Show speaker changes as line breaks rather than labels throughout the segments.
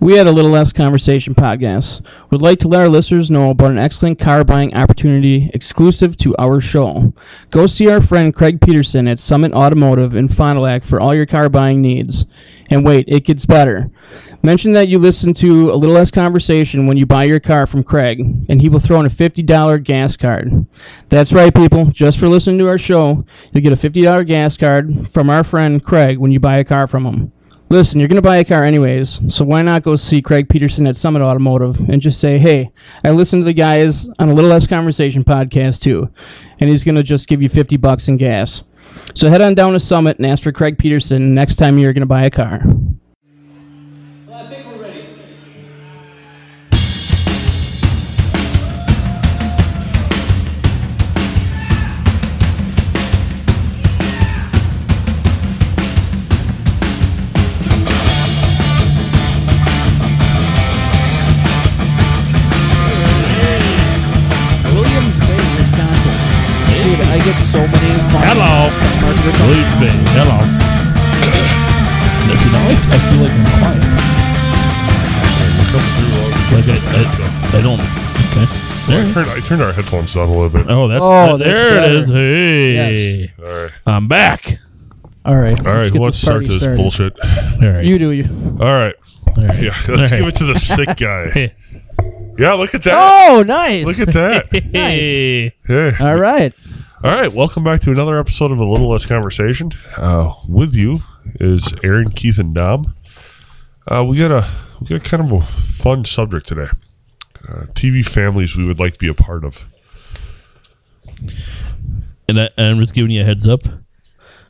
We had a little less conversation podcast. Would like to let our listeners know about an excellent car buying opportunity exclusive to our show. Go see our friend Craig Peterson at Summit Automotive in Fond du Lac for all your car buying needs. And wait, it gets better. Mention that you listen to a little less conversation when you buy your car from Craig, and he will throw in a $50 gas card. That's right, people. Just for listening to our show, you'll get a $50 gas card from our friend Craig when you buy a car from him. Listen, you're going to buy a car anyways, so why not go see Craig Peterson at Summit Automotive and just say, hey, I listened to the guys on a Little Less Conversation podcast too, and he's going to just give you 50 bucks in gas. So head on down to Summit and ask for Craig Peterson next time you're going to buy a car.
I think we're ready.
Williams Bay, Wisconsin. Dude, I get so many.
Hello. Blues Bay. Hello. Listen, I, I feel like I'm quiet. Like I, I, I don't. Okay.
I
There.
turned, I turned our headphones down a little bit.
Oh, that's
Oh, that's
there it is.
better.
Hey,
All right.
I'm back.
All right.
All right.
get
Who wants
this
to start
party
this
started.
bullshit?
All right.
You do you.
All right.
All right.
Yeah. Let's
All
give
right.
it to the sick guy.
Hey.
Yeah. Look at that.
Oh, nice.
Look at that.
Hey.
Yeah.
All right.
All right. Welcome back to another episode of A Little Less Conversation. Uh, with you is Aaron, Keith, and Dom. Uh, we got a we got kind of a fun subject today. Uh, TV families we would like to be a part of.
And I, I'm just giving you a heads up.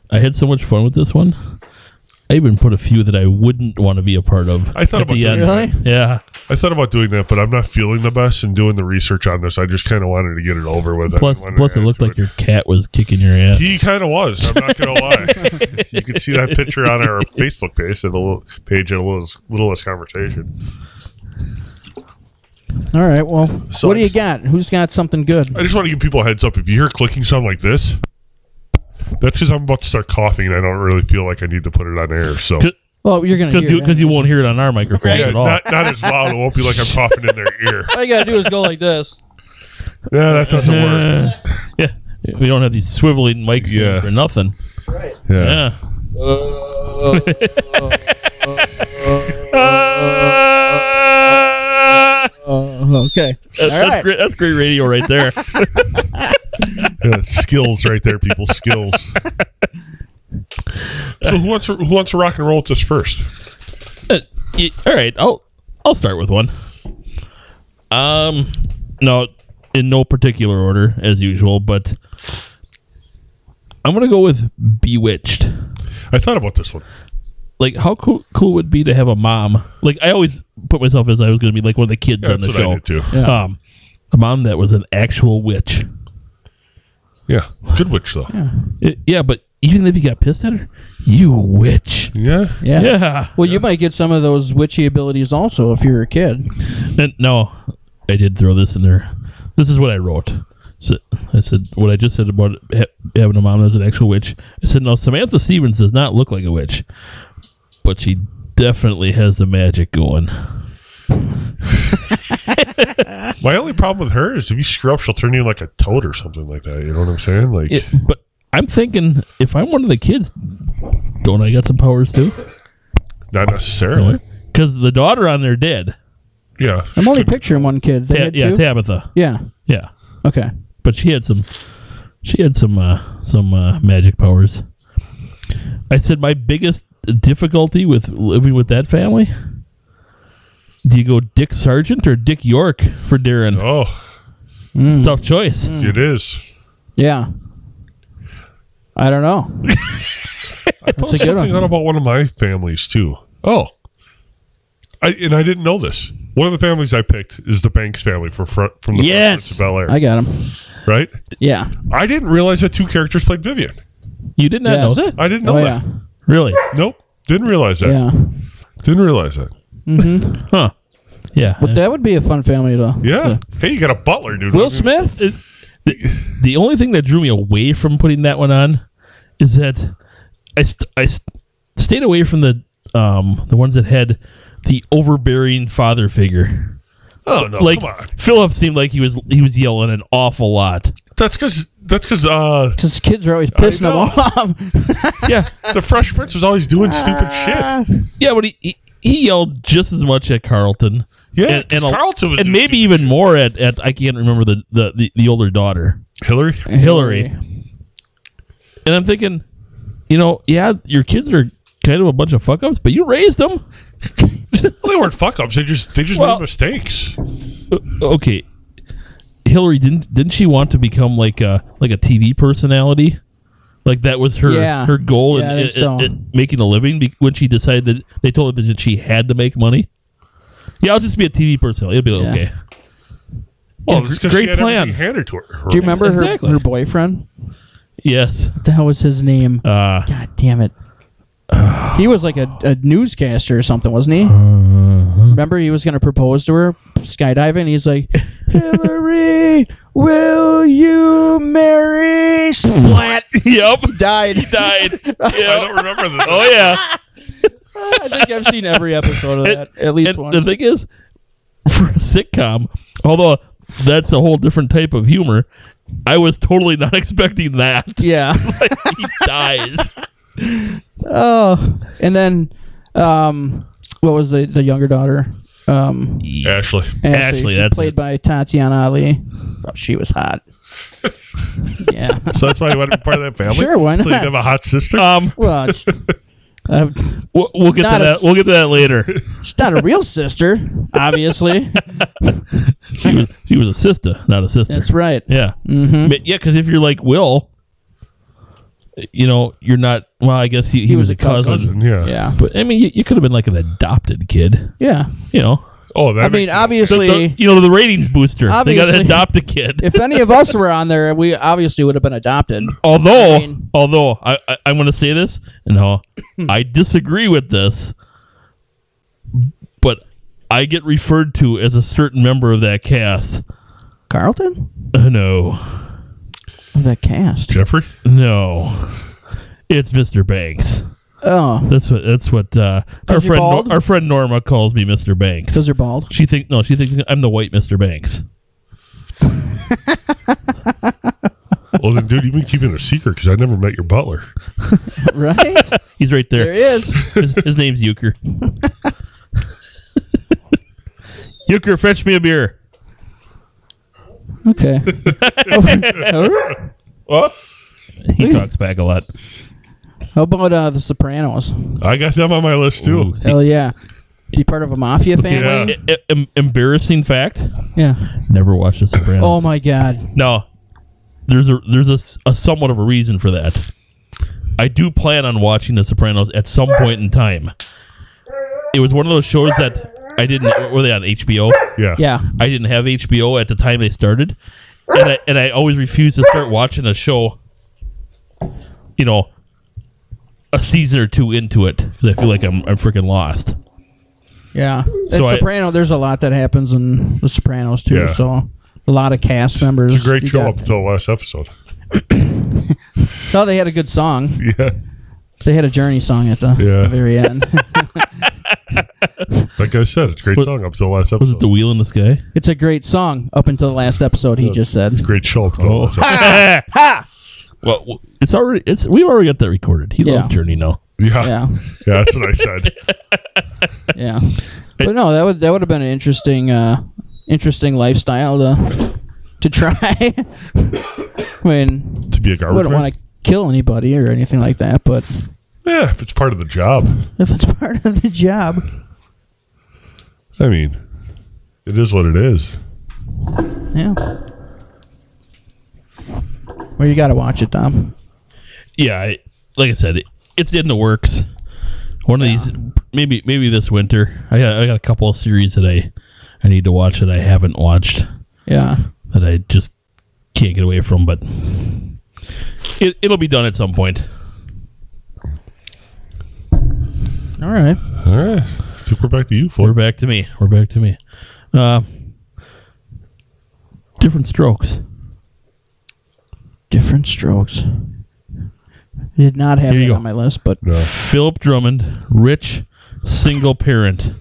I had so much fun with this one. I even put a few that I wouldn't want to be a part of.
I
at
thought about
the
doing
end.
Really?
Yeah.
I thought about doing that, but I'm not feeling the best and doing the research on this. I just kind of wanted to get it over with. I
Plus,
didn't wanna
plus, it
add
looked
to
like your cat was kicking your ass.
He kind of was. I'm not gonna lie. you can see that picture on our Facebook page and a little page and a little little less conversation.
All right. Well,
So
what do
I
you
just-
got? Who's got something good?
I just want to give people a heads up. If you hear clicking sound like this, that's because I'm about to start coughing. and I don't really feel like I need to put it on air. So
Good-
Well, you're gonna
because
hear
you
it
because you
anyways.
won't hear it on our microphones
yeah,
at all.
not not as loud. It won't be like I'm coughing in their ear.
All you gotta do is go like this.
Yeah, that doesn't work.
Uh, yeah, we don't have these swiveling mics in
Yeah.
for nothing.
Yeah.
Yeah.
Oh, okay.
That-
All
that's
right.
great. That's great radio right there.
yeah, skills right there, people. Skills. So who wants to, who wants to rock and roll with this first?
Uh, y- all right, I'll I'll start with one. Um, no, in no particular order as usual, but I'm gonna go with Bewitched.
I thought about this one.
Like, how cool cool would it be to have a mom? Like, I always put myself as I was gonna be like one of the kids
Yeah,
on
that's
the
what
show.
I did too.
Yeah.
Um, a mom that was an actual witch.
Yeah, good witch though.
Y- yeah, but even if you got pissed at her, you witch.
yeah.
Yeah.
Yeah.
Well, you might get some of those witchy abilities also if you're a kid.
N- No, I did throw this in there. This is what I wrote. So I said what I just said about ha- having a mom that's an actual witch. I said no, Samantha Stevens does not look like a witch, but she definitely has the magic going.
My only problem with her is if you screw up, she'll turn you into, like a toad or something like that. You know what I'm saying? Like,
It, but I'm thinking if I'm one of the kids, don't I got some powers too?
not necessarily.
Because the daughter on there did.
Yeah.
I'm only picturing one kid. They
Ta-
had
yeah,
two?
Tabitha.
yeah.
Yeah,
Okay.
but she had some she had some uh, some uh, magic powers. I said my biggest difficulty with living with that family. Do you go Dick Sargent or Dick York for Darren?
Oh,
Mm.
It's a tough choice.
it is.
Yeah. I don't know. That's a good
Something out
one.
about one of my families too. Oh, I and I didn't know this. One of the families I picked is the Banks family for front from the
Yes!
Fresh Prince of Bel Air.
I got him.
right?
Yeah. Oh,
I didn't realize that two characters played Vivian.
You did not
Yes.
know that?
I didn't know
Oh yeah.
that.
Really?
Nope, didn't realize that.
Yeah.
Didn't realize that.
Huh. Yeah.
But that would be a fun family to.
Yeah.
to-
Hey, you got a butler, dude.
Will Smith.
It- the, the only thing that drew me away from putting that one on is that I st- I st- stayed away from the um the ones that had the overbearing father figure.
Oh no,
like
come on.
Philip seemed like he was he was yelling an awful lot.
That's because that's because uh,
Because kids are always pissing them
know.
off.
Yeah,
the Fresh Prince was always doing stupid
Ah.
shit.
yeah, but he, he he yelled just as much at Carlton.
Yeah,
and,
'cause
and a-
Carlton was
and
doing
maybe
stupid
even more at, at I can't remember the the, the, the older daughter
shit. Hillary.
Hillary. And I'm thinking, you know, yeah, your kids are kind of a bunch of fuck ups, but you raised them.
Well, they weren't fuck ups. They just they just
Well-
made mistakes.
okay hillary didn't didn't she want to become like a like a tv personality like that was her
Yeah.
her goal
Yeah, I think
in, in-
so.
in making a living be- when she decided that they told her that she had to make money yeah i'll just be a tv personality it'll be like,
Yeah.
okay
Well,
Yeah,
it's 'cause
great
she had
plan.
everything handed to her.
Do you remember
Exactly.
her, her boyfriend?
yes
What the hell was his name?
uh
God damn it. He was like a, a newscaster or something, wasn't
Uh-huh.
he? Remember, he was going to propose to her skydiving. He's like, Hillary, will you marry? Splat!
yep
Died.
died
I
Yep.
don't remember that.
oh yeah
I think I've seen every episode of that at least
and
once.
the thing is for a sitcom although that's a whole different type of humor i was totally not expecting that
yeah.
he dies.
Oh, and then, um, what was the the younger daughter? Um,
Ashley.
Ashley,
Ashley,
she
that's
played
it.
by Tatiana Ali. Thought she was hot. yeah.
So that's why you want to be part of that family.
Sure, why
So you
not?
have a hot sister.
Um,
Well, it's- uh,
we'll, we'll get
Not
to
a-
that. We'll get to that later.
she's not a real sister, obviously.
She was, she was a sister, not a sister.
That's right.
Yeah,
Mm-hmm.
But yeah. Because if you're like Will, you know, you're not. Well, I guess he, he, was, a cousin.
Cousin, yeah.
Yeah.
But I mean, you, you could have been like an adopted kid.
Yeah.
You know,
Oh, that
I mean,
makes sense.
The- the-
obviously,
you know the ratings booster. they got to
Obviously.
adopt a kid.
if any of us were on there, we obviously would have been adopted.
although,
I mean-
although I, I I'm going to say this. No, I disagree with this. But I get referred to as a certain member of that cast.
Carlton?
Uh, no.
The cast.
Jeffrey.
No, it's Mr. Banks.
Oh,
That's what. That's what uh, our
'Cause you're
friend Nor-
bald?
our friend Norma calls me Mr. Banks.
because they're bald.
she thinks no, she thinks I'm the white Mr. Banks.
Well, then, dude, you've been keeping it a secret because I never met your butler.
Right?
He's right
there
there.
he is.
His, his name's Euchre. Euchre, fetch me a beer.
Okay.
What? He talks back a lot.
How about uh, The Sopranos?
I got them on my list too.
See,
Hell yeah. Be part of a mafia family?
e-
Yeah.
e- em- embarrassing fact:
Yeah.
never watched The Sopranos.
Oh my god.
No, there's a there's a s- a, somewhat of a reason for that. I do plan on watching The Sopranos at some point in time. It was one of those shows that I didn't. Were they on HBO?
Yeah.
Yeah.
I didn't have HBO at the time they started, and I, and I always refused to start watching a show. You know, a season or two into it because I feel like I'm I'm freaking lost.
Yeah. In
So I-
Soprano, there's a lot that happens in The Sopranos too.
Yeah.
So a lot of cast members.
It's a great
You
show
got-
up until the last episode.
No, they had a good song.
Yeah.
They had a Journey song at the,
Yeah.
the very end.
Like I said, it's a great song up until the last episode.
Was it The Wheel in the Sky?
it's a great song up until the last episode. He just said.
great show up until the
Oh.
last episode.
Well, w- it's already it's we've already got that recorded. He
Yeah.
loves Journey now.
Yeah. yeah.
Yeah.
that's what I said.
Yeah. But no, that would that would have been an interesting, uh, interesting lifestyle to to try. I mean,
to be a
I
garbage
wouldn't
man.
want to kill anybody or anything like that, but
yeah, if it's part of the job.
if it's part of the job,
I mean, it is what it is.
yeah. Well, you got to watch it, Tom.
Yeah, I, like I said, it, it's in the works. One of these, maybe maybe this winter. I got I got a couple of series that I I need to watch that I haven't watched
Yeah.
that I just can't get away from. But it it'll be done at some point.
All right.
All right. I think we're back to you,
We're
Ford.
back to me. We're back to me. Uh, different strokes.
Different strokes. Did not have
Here you
it
go.
on my list, but
No.
Philip Drummond, rich, single parent.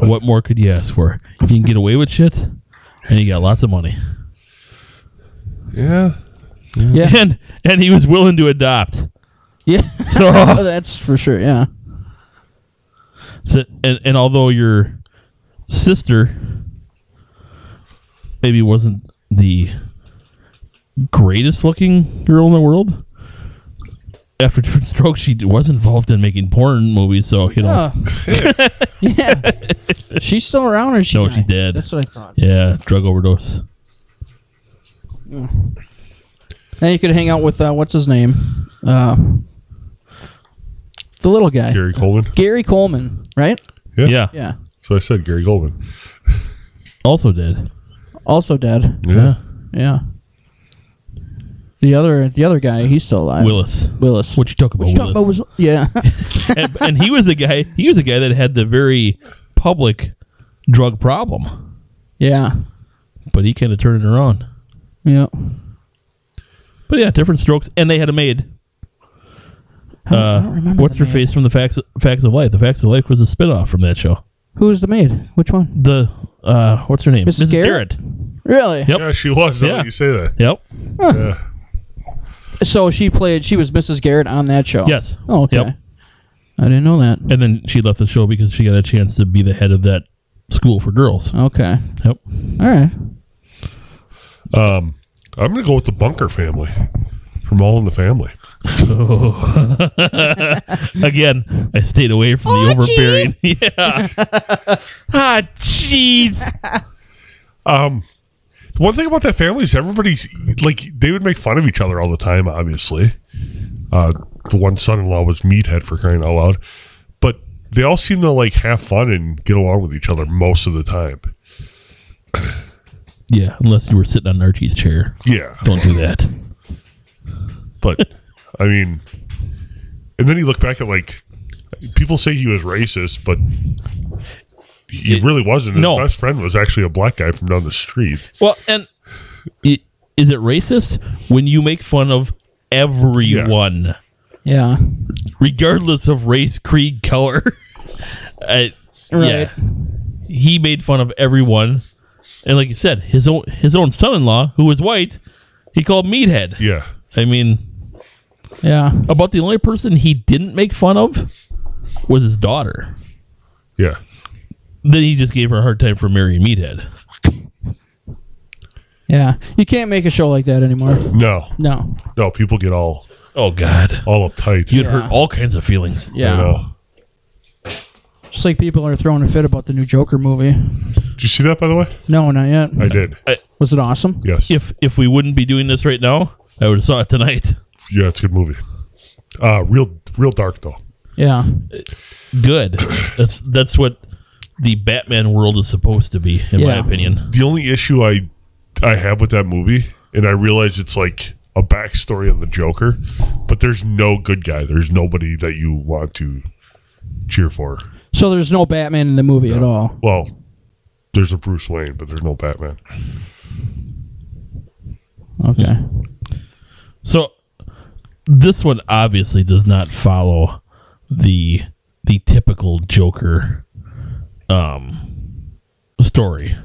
What more could you ask for? You can get away with shit, and you got lots of money.
Yeah.
Yeah.
And and he was willing to adopt.
Yeah.
So
Oh, that's for sure. Yeah.
So, and, and although your sister maybe wasn't the greatest looking girl in the world, after different strokes, she was involved in making porn movies. So you know,
Oh. yeah. She's still around, or she?
No,
died?
she dead.
That's what I thought.
yeah, drug overdose.
Then you could hang out with uh, what's his name, uh, the little guy,
Gary Coleman.
Gary Coleman, right?
Yeah.
Yeah,
Yeah.
So I said Gary Coleman.
also dead.
Also dead.
Yeah.
Yeah. The other, the other guy, he's still alive.
Willis.
Willis.
What you talking about,
What you talking about?
Willis?
Was, yeah.
and, and he was the guy. He was the guy that had the very public drug problem,
yeah.
but he kind of turned it around.
Yeah.
But yeah, different strokes, and they had a maid. Uh,
I don't- I don't remember
what's
the
her
maid.
face from the facts facts of life? The facts of life was a spinoff from that show.
Who was the maid? Which one?
The uh, what's her name?
Mrs. Garrett? Oh. Really?
Yep.
Yeah, she was. Yeah.
Yeah.
You say that.
Yep.
Yeah.
So she played. She was Mrs. Garrett on that show.
Yes.
Oh, okay.
Yep.
I didn't know that.
And then she left the show because she got a chance to be the head of that school for girls.
Okay.
Yep.
All right.
Um, I'm gonna go with the Bunker family from All in the Family.
Oh. Again, I stayed away from the overbearing. yeah. ah, jeez.
Um, the one thing about that family is everybody's like they would make fun of each other all the time. Obviously, uh, the one son-in-law was meathead for crying out loud, but they all seem to like have fun and get along with each other most of the time.
Yeah, unless you were sitting on Archie's chair,
Yeah,
don't do that.
but I mean, and then you look back at like people say he was racist, but he
It-
really wasn't. His
no.
best friend was actually a black guy from down the street.
Well, and i- is it racist when you make fun of everyone,
Yeah.
regardless of race, creed, color? I, Yeah,
Right.
he made fun of everyone, and like you said, his own his own son-in-law, who was white, he called meathead.
Yeah,
I mean,
Yeah.
about the only person he didn't make fun of was his daughter.
yeah.
Then he just gave her a hard time for marrying meathead.
Yeah. You can't make a show like that anymore.
No,
No.
no. People get all
Oh God,
all uptight.
you'd
Yeah.
hurt all kinds of feelings.
I
Yeah.
know.
Just like people are throwing a fit about the new Joker movie.
Did you see that by the way?
No, not yet.
I did.
Was it awesome?
Yes.
If if we wouldn't be doing this right now, I would have saw it tonight.
Yeah, it's a good movie. Uh real real dark though.
Yeah.
good. That's that's what the Batman world is supposed to be, in my
Yeah.
opinion.
The only issue I I have with that movie, and I realize it's like a backstory of the Joker, but there's no good guy. There's nobody that you want to cheer for.
So there's no Batman in the movie at all.
Well, there's a Bruce Wayne, but there's no Batman.
Okay.
So this one obviously does not follow the the typical Joker um story.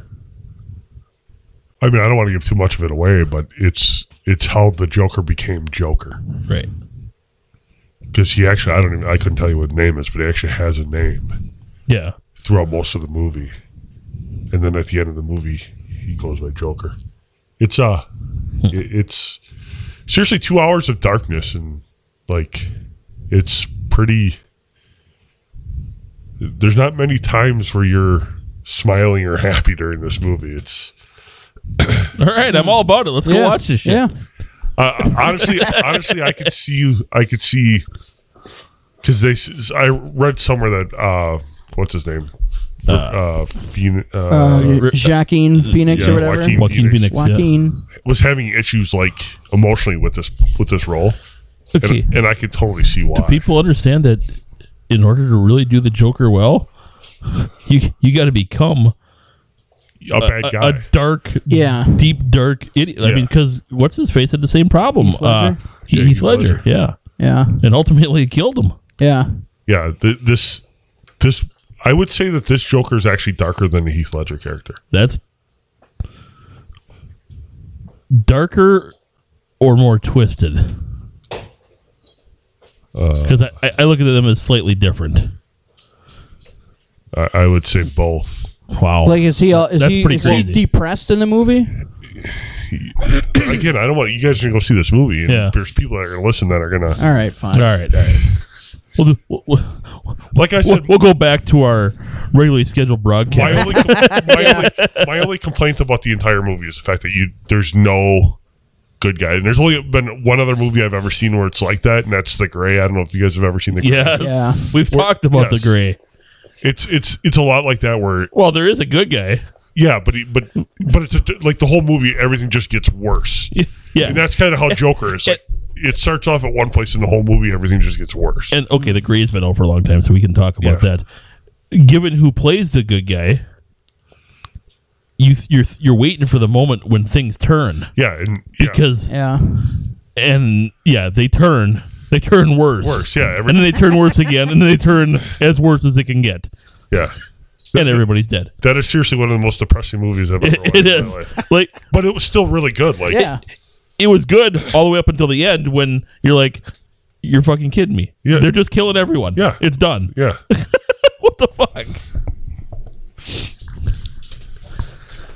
I mean, I don't want to give too much of it away, but it's it's how the Joker became Joker
Right.
because he actually I don't even I couldn't tell you what his name is, but he actually has a name.
Yeah.
throughout most of the movie. And then at the end of the movie, he goes by Joker. It's uh it- it's seriously 2 hours of darkness and like it's pretty there's not many times where you're smiling or happy during this movie. It's
All right, I'm all about it. Let's go
yeah.
watch this shit.
Yeah.
uh, honestly honestly I could see you I could see cuz they s- I read somewhere that uh what's his name?
Uh,
Uh, Phoen- uh,
Uh,
Ri-
Joaquin Phoenix
yeah,
or whatever.
Joaquin
Joaquin Phoenix.
Phoenix.
yeah.
Joaquin.
was having issues like emotionally with this with this role, and,
Okay.
and I could totally see why.
People understand that in order to really do the Joker well, you you got to become
a
a,
bad
a-
guy.
a dark
Yeah.
deep dark idiot. I
Yeah.
mean, because what's his face had the same problem. Heath
Ledger?
Uh, He-
Yeah,
Heath
Heath
Ledger.
Ledger.
Yeah,
Yeah.
and ultimately it killed him.
Yeah.
yeah, th- this this I would say that this Joker is actually darker than the Heath Ledger character.
That's darker or more twisted.
Uh,
Because I I, I look at them as slightly different.
I, I would say both.
Wow.
Like, is he uh, is
That's
he
pretty
is he
crazy.
depressed in the movie?
Again, I don't want you guys to go see this movie. and
Yeah.
There's people that are going to listen that are going to,
All right, fine.
all right, all right. We'll, do, we'll, we'll,
like I
we'll-
said,
we'll go back to our regularly scheduled
my,
broadcast.
only, com- my, only, my only complaint about the entire movie is the fact that you there's no good guy, and there's only been one other movie I've ever seen where it's like that, and that's The Gray. I don't know if you guys have ever seen The Gray.
Yes.
Yeah.
We've talked about
yes.
the gray.
It's it's it's a lot like that where
Well, there is a good guy.
yeah, but he, but but it's a, like the whole movie everything just gets worse.
Yeah.
And that's kind of how Joker is. Like, it starts off at one place in the whole movie, everything just gets worse.
and okay, the gray's been out for a long time, so we can talk about that. Given who plays the good guy, you you're you're waiting for the moment when things turn
yeah, and yeah,
because
Yeah.
and yeah, they turn they turn worse,
worse. Yeah, every,
and then they turn worse again, and then they turn as worse as it can get,
yeah.
and everybody's dead.
That is seriously one of the most depressing movies I've ever watched.
it
in my
is
life.
like
but it was still really good. Like,
Yeah.
it was good all the way up until the end when you're like, you're fucking kidding me.
Yeah.
They're just killing everyone.
Yeah.
it's done.
yeah.
What the fuck?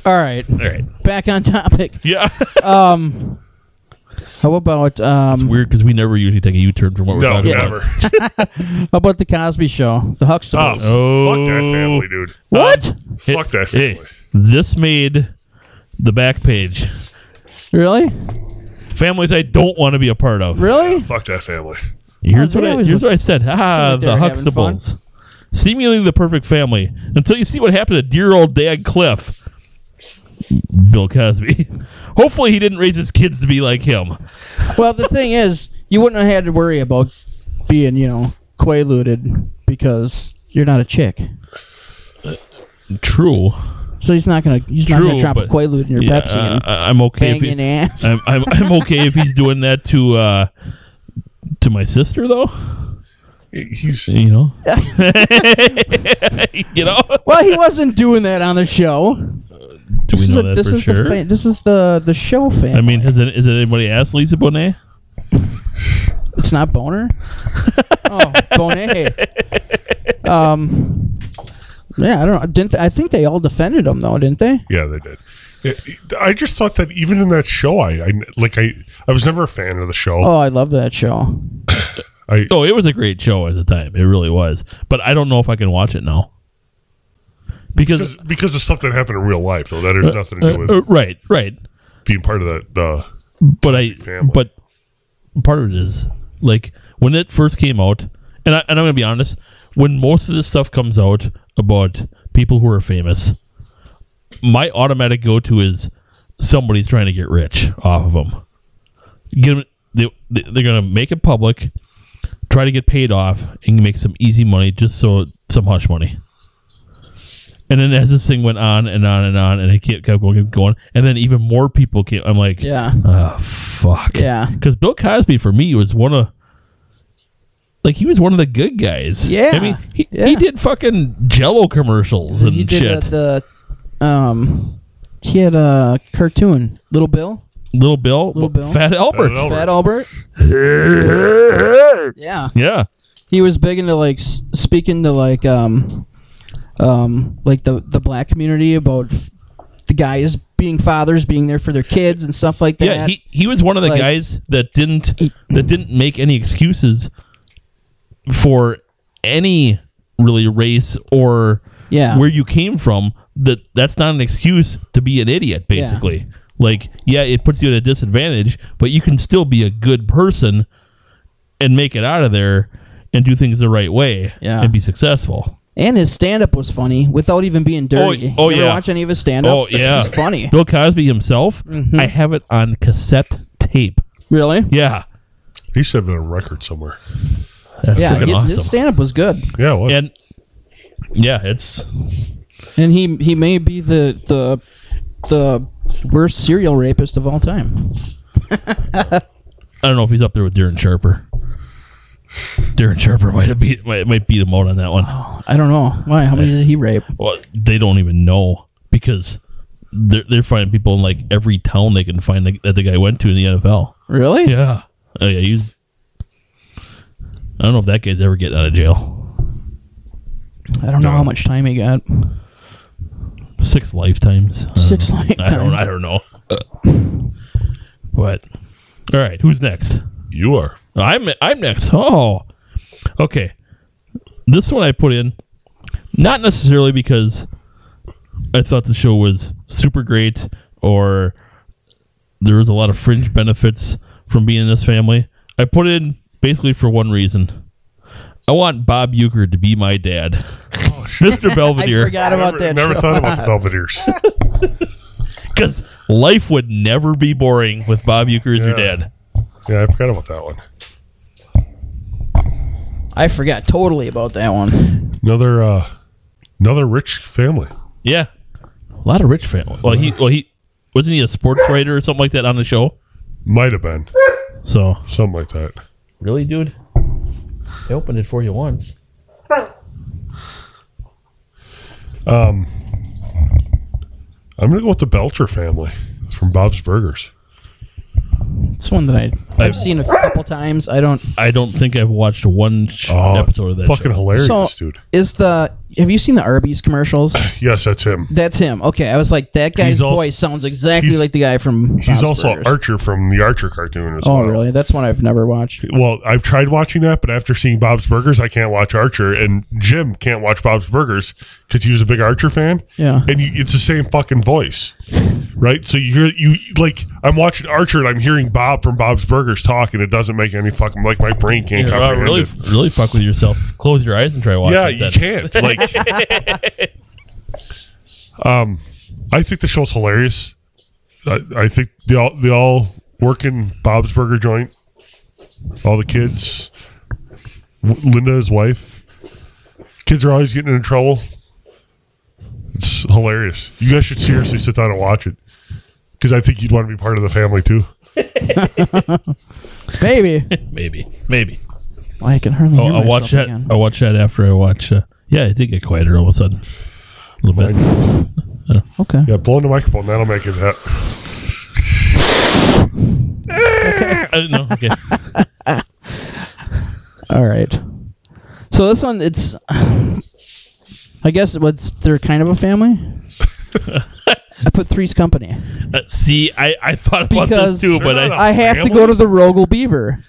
All right.
All right.
Back on topic.
Yeah.
Um, how about
It's
um,
weird because we never usually take a U-turn from what we're
No,
talking about.
never.
how about the Cosby Show, the
Oh,
Huxtables?
fuck that family, dude.
what?
Fuck that family.
Hey, this made the back page.
really?
Families I don't want to be a part of.
Really?
Fuck that family.
Here's
Oh,
what
they
I,
always
here's what I said. Ah,
like they
the
were having fun.
Huxtables. Seemingly the perfect family until you see what happened to dear old dad Cliff. Bill Cosby. Hopefully he didn't raise his kids to be like him.
well, the thing is, you wouldn't have had to worry about being, you know, quaaluded because you're not a chick.
True.
So he's not gonna he's not
True,
gonna drop a
but-
quaalude in your
Yeah, uh,
Pepsi and
I- I'm okay.
bang
if he-
in the ass.
I'm, I'm, I'm okay if he's doing that to uh, to my sister though.
He's
You know, you know.
well, he wasn't doing that on the show.
Do we
this
know
is, a-
that
this
for
is
sure?
the fa- this is the the show fan.
I mean, has it, has anybody asked Lisa Bonet?
It's not boner. oh, bonet. Um, yeah, I don't. Didn't I think they all defended him though? Didn't they?
yeah, they did. It- I just thought that even in that show, I, I like I I was never a fan of the show.
Oh, I love that show.
I
Oh, it was a great show at the time. It really was. But I don't know if I can watch it now because
because because of stuff that happened in real life, though that has nothing to do with
uh, uh, right, right.
being part of the the
But I
family.
but part of it is like when it first came out, and I and I'm gonna be honest. When most of this stuff comes out about people who are famous, my automatic go to is somebody's trying to get rich off of them. Get 'em- they, they- they're going to make it public, try to get paid off, and make some easy money just so some hush money. And then as this thing went on and on and on, and it kept, kept going, kept going, and then even more people came. I'm like,
Yeah,
oh fuck,
yeah,
Because Bill Cosby for me was one of, like he was one of the good guys.
Yeah,
I mean he,
yeah.
he did fucking Jello commercials and
he did
shit.
The, the um, he had a cartoon, Little Bill,
Little Bill,
Little Bill.
Fat Albert.
Albert.
Fat Albert. Yeah,
Yeah.
he was big into like s- speaking to like um, um, like the the black community about f- the guys being fathers, being there for their kids and stuff like that.
Yeah, he, he was one of the
like-
guys that didn't that didn't make any excuses for any really race or
yeah.
where you came from. That that's not an excuse to be an idiot, basically. Like, yeah, it puts you at a disadvantage, but you can still be a good person and make it out of there and do things the right way
Yeah.
and be successful.
And his stand up was funny without even being dirty.
oh,
you ever
yeah.
watch any of his stand up?
Oh, yeah.
It's funny.
Bill Cosby himself,
Mm-hmm.
I have it on cassette tape.
Really?
Yeah.
he should have been a record somewhere.
That's
Yeah,
freaking
he-
awesome.
his stand up was good.
Yeah, well,
and yeah, it's
And he he may be the the the worst serial rapist of all time.
I don't know if he's up there with Darren Sharper. Darren Sharper might have beat might, might beat him out on that one.
I don't know why. How many did he rape?
Well, they don't even know because they're they're finding people in like every town they can find like, that the guy went to in the NFL.
Really?
Yeah. Oh yeah. He's. I don't know if that guy's ever getting out of jail.
I don't know how much time he got.
Six lifetimes. Uh, I don't
Six
know. I don't.
lifetimes.
I don't know. But all right. Who's next?
You are.
I'm I'm next. Oh, okay. This one I put in, not necessarily because I thought the show was super great or there was a lot of fringe benefits from being in this family. I put in basically for one reason. I want Bob Euchre to be my dad, Mr. Belvedere,
forgot
Never, never thought about the Belvedere's.
because life would never be boring with Bob Euchre as your
Yeah.
dad.
yeah, I forgot about that one.
I forgot totally about that one.
Another uh, another rich family.
Yeah, a lot of rich family. Well, he well he wasn't he a sports writer or something like that on the show.
Might have been
So
something like that.
really, dude, I opened it for you once.
I'm gonna go with the Belcher family from Bob's Burgers.
It's one that I I've seen a couple times. I don't.
I don't think I've watched one sh-
Oh,
episode of that.
fucking
show.
hilarious,
So
dude.
is the have you seen the Arby's commercials?
Yes, that's him.
That's him. Okay, I was like that guy's
He's also-
voice sounds exactly
he's-
like the guy from.
He's
Bob's
also
Burgers.
Archer from the Archer cartoon as
Oh
well.
really? That's one I've never watched.
Well, I've tried watching that, but after seeing Bob's Burgers, I can't watch Archer, and Jim can't watch Bob's Burgers because he was a big Archer fan.
Yeah.
and you, it's the same fucking voice, right? So you hear you like I'm watching Archer and I'm hearing Bob from Bob's Burgers talk, and it doesn't make any fucking like my brain can't
Yeah, wow,
comprehend
really,
it.
really fuck with yourself. Close your eyes and try watching.
Yeah,
it then.
you can't. Like, um, I think the show's hilarious. I, I think they all they all work in Bob's Burger joint. All the kids, W- Linda, his wife. Kids are always getting into trouble. It's hilarious. You guys should seriously sit down and watch it because I think you'd want to be part of the family too.
Baby,
Maybe, maybe.
I can hardly.
Oh,
hear
I'll watch
myself
that.
again.
I'll watch that after I watch. Uh, yeah, it did get quieter all of a sudden. A little bit.
Okay.
Yeah, blow in the microphone. That'll make it. Ha-
Uh, no, okay.
All right. So this one, it's. I guess what's they're kind of a family. I put Three's Company
Uh, see, I, I thought about
Because-
this too, but
They're not
I,
I have to go to the Rogel Beaver.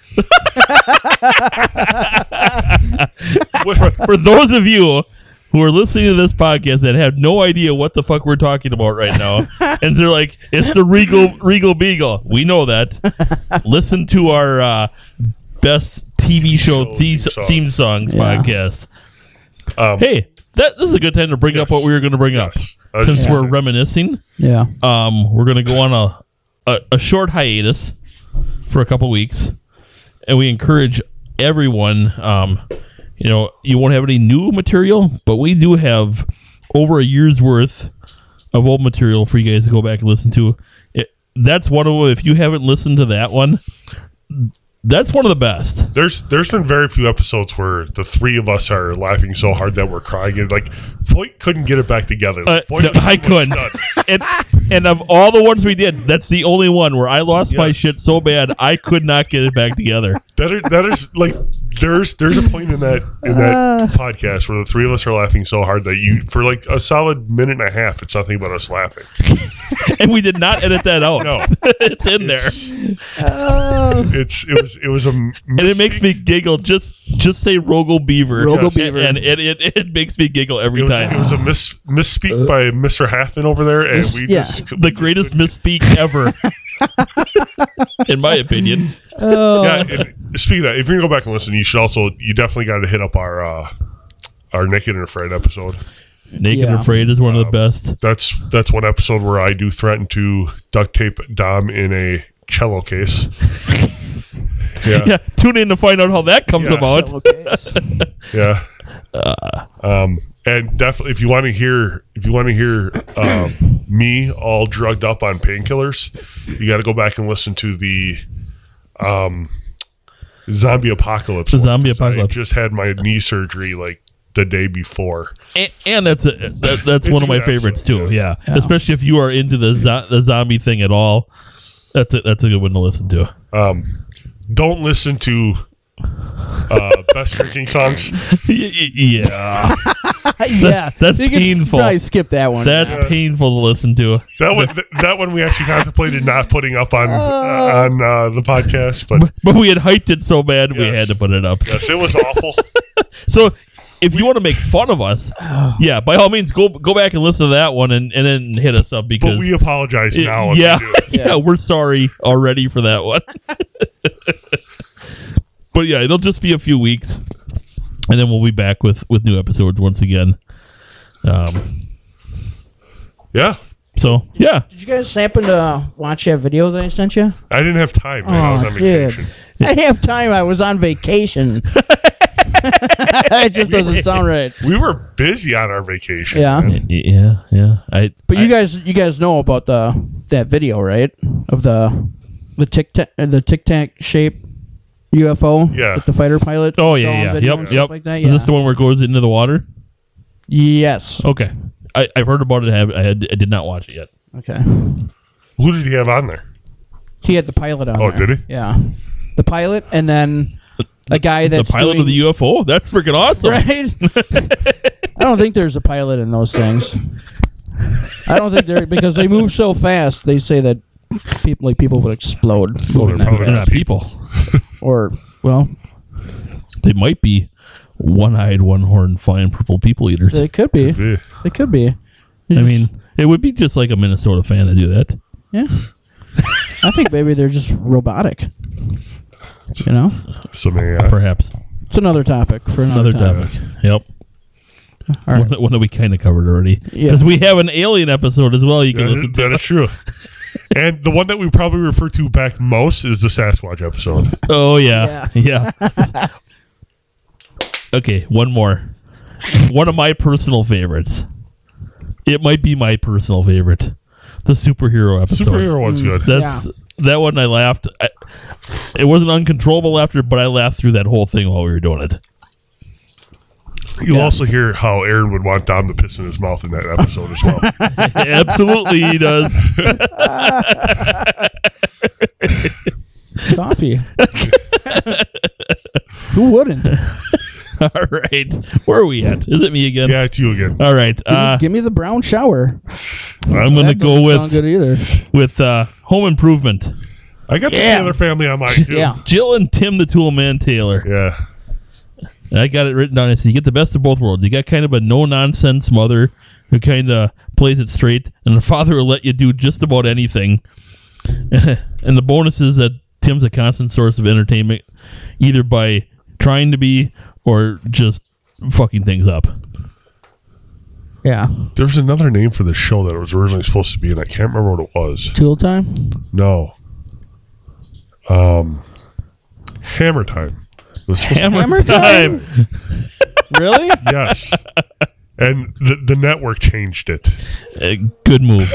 for those of you who are listening to this podcast that have no idea what the fuck we're talking about right now, and they're like, "It's the Regal Regal Beagle." We know that. Listen to our uh, best TV show,
Show
theme,
theme songs.
theme songs
Yeah.
podcast.
Um,
Hey, that this is a good time to bring up
Yes.
what we were going to bring
Yes. I
up
was
since
gonna
we're
say.
reminiscing.
Yeah.
Um, we're going to go on a, a a short hiatus for a couple weeks, and we encourage everyone. Um, you know, you won't have any new material, but we do have over a year's worth of old material for you guys to go back and listen to. It, that's one of if you haven't listened to that one, that's one of the best.
There's there's been very few episodes where the three of us are laughing so hard that we're crying. And like Foyt couldn't get it back together.
Uh,
Foyt
no,
was
I
too much
couldn't.
done.
and and of all the ones we did, that's the only one where I lost my
Yes.
shit so bad I could not get it back together.
That is, that is like there's there's a point in that in that
Ah.
podcast where the three of us are laughing so hard that you for like a solid minute and a half it's nothing but us laughing.
and we did not edit that out.
No.
it's in there,
It's it was it was a and
and it makes me giggle. Just just say Rogel Beaver,
Rogel
Yes.
Beaver.
and it, it it makes me giggle
it
every
was,
time.
it was a mis, misspeak by Mr. Halfman over there, and
Uh. This-
we
yeah.
just
the greatest misspeak ever, in my opinion.
yeah.
Uh,
And speaking of that, if you're gonna go back and listen, you should also you definitely got to hit up our uh, our naked and afraid episode.
Naked and
Yeah.
Afraid is one of the best.
That's that's one episode where I do threaten to duct tape Dom in a cello case. yeah,
Yeah, tune in to find out how that comes
Yeah.
about.
yeah.
Uh.
um, and definitely, if you want to hear, if you want to hear um, me all drugged up on painkillers, you got to go back and listen to the um, zombie apocalypse.
The
one,
zombie
'cause I
apocalypse.
just had my knee surgery like the day before.
and, and that's a, that, that's
It's
one of
a
my
good episode,
favorites too. Yeah.
yeah.
especially if you are into the zo- the zombie thing at all. That's a, that's a good one to listen to.
Um, don't listen to uh, best drinking songs.
Y- y- yeah,
yeah,
that's
you can s-
painful.
Probably skip that one.
that's painful to listen to.
That one, th- that one we actually contemplated not putting up on uh, on uh, the podcast, but
But we had hyped it so bad we
Yes.
had to put it up.
yes, it was awful.
So if you want to make fun of us, yeah, by all means go go back and listen to that one and, and then hit us up
But
because
we apologize
it-
now. If
yeah,
we do it.
yeah, we're sorry already for that one. but yeah, it'll just be a few weeks, and then we'll be back with with new episodes once again. Um,
yeah.
so yeah,
Did you guys happen to watch that video that I sent you?
I didn't have time. Man. I was
Aw,
on
Oh,
dude.
vacation.
I didn't have time. I was on vacation. it just doesn't sound right.
We were busy on our vacation.
Yeah,
Y- y- yeah, yeah. I
but
I-
you guys, you guys know about the that video, right? Of the the tic tac, the tic tac shape UFO.
Yeah.
with the fighter pilot.
Oh
It's all on
yeah, yeah,
video
yep,
and stuff
yep.
Like that.
Is
Yeah.
this the one where it goes into the water?
yes.
Okay, I, I've heard about it. I, have, I, had, I did not watch it yet.
Okay.
Who did he have on there?
He had the pilot on.
Oh,
there.
did he?
Yeah, the pilot, and then a guy
The
that's
pilot
doing,
of the UFO. That's freaking awesome.
right? I don't think there's a pilot in those things. I don't think they're because they move so fast. They say that people like people would explode moving that
probably
They're
not.
fast.
not people.
Or well,
They might be one-eyed, one-horned, flying purple people eaters.
they could be.
Eh.
They could be.
I mean, it would be just like a Minnesota fan to do that.
yeah. I think maybe they're just robotic. You know,
Some AI.
Perhaps
it's another topic for another,
another topic. Yep.
All right.
One, that, one that we kind of covered already.
Yeah.
Because we have an alien episode as well you can
That is-
listen
that
to.
is true. and the one that we probably refer to back most is the Sasquatch episode.
Oh, yeah. Yeah. okay, one more. One of my personal favorites. It might be my personal favorite. The superhero episode.
Superhero one's
Mm.
good.
That's that one. I laughed. I, it wasn't uncontrollable laughter, but I laughed through that whole thing while we were doing it.
You'll also hear how Aaron would want Dom to piss in his mouth in that episode as well.
Absolutely, he does.
Coffee. Who wouldn't?
All right, where are we at? Is it me again?
yeah, it's you again.
All right, uh,
Give me the brown shower.
I'm going to
That
go
doesn't sound
with
good either.
with uh, Home Improvement.
I got
Yeah.
the Taylor family on mine too.
Yeah.
Jill and Tim the Tool Man Taylor.
Yeah.
And I got it written down. I said, you get the best of both worlds. You got kind of a no nonsense mother who kind of plays it straight, and the father will let you do just about anything. and the bonus is that Tim's a constant source of entertainment, either by trying to be or just fucking things up.
Yeah.
There was another name for the show that it was originally supposed to be, and I can't remember what it was.
Tool time.
No. Um, Hammer Time. It was supposed to-
Hammer,
Hammer
time.
time? Really?
yes. And the, the network changed it
Uh, good move.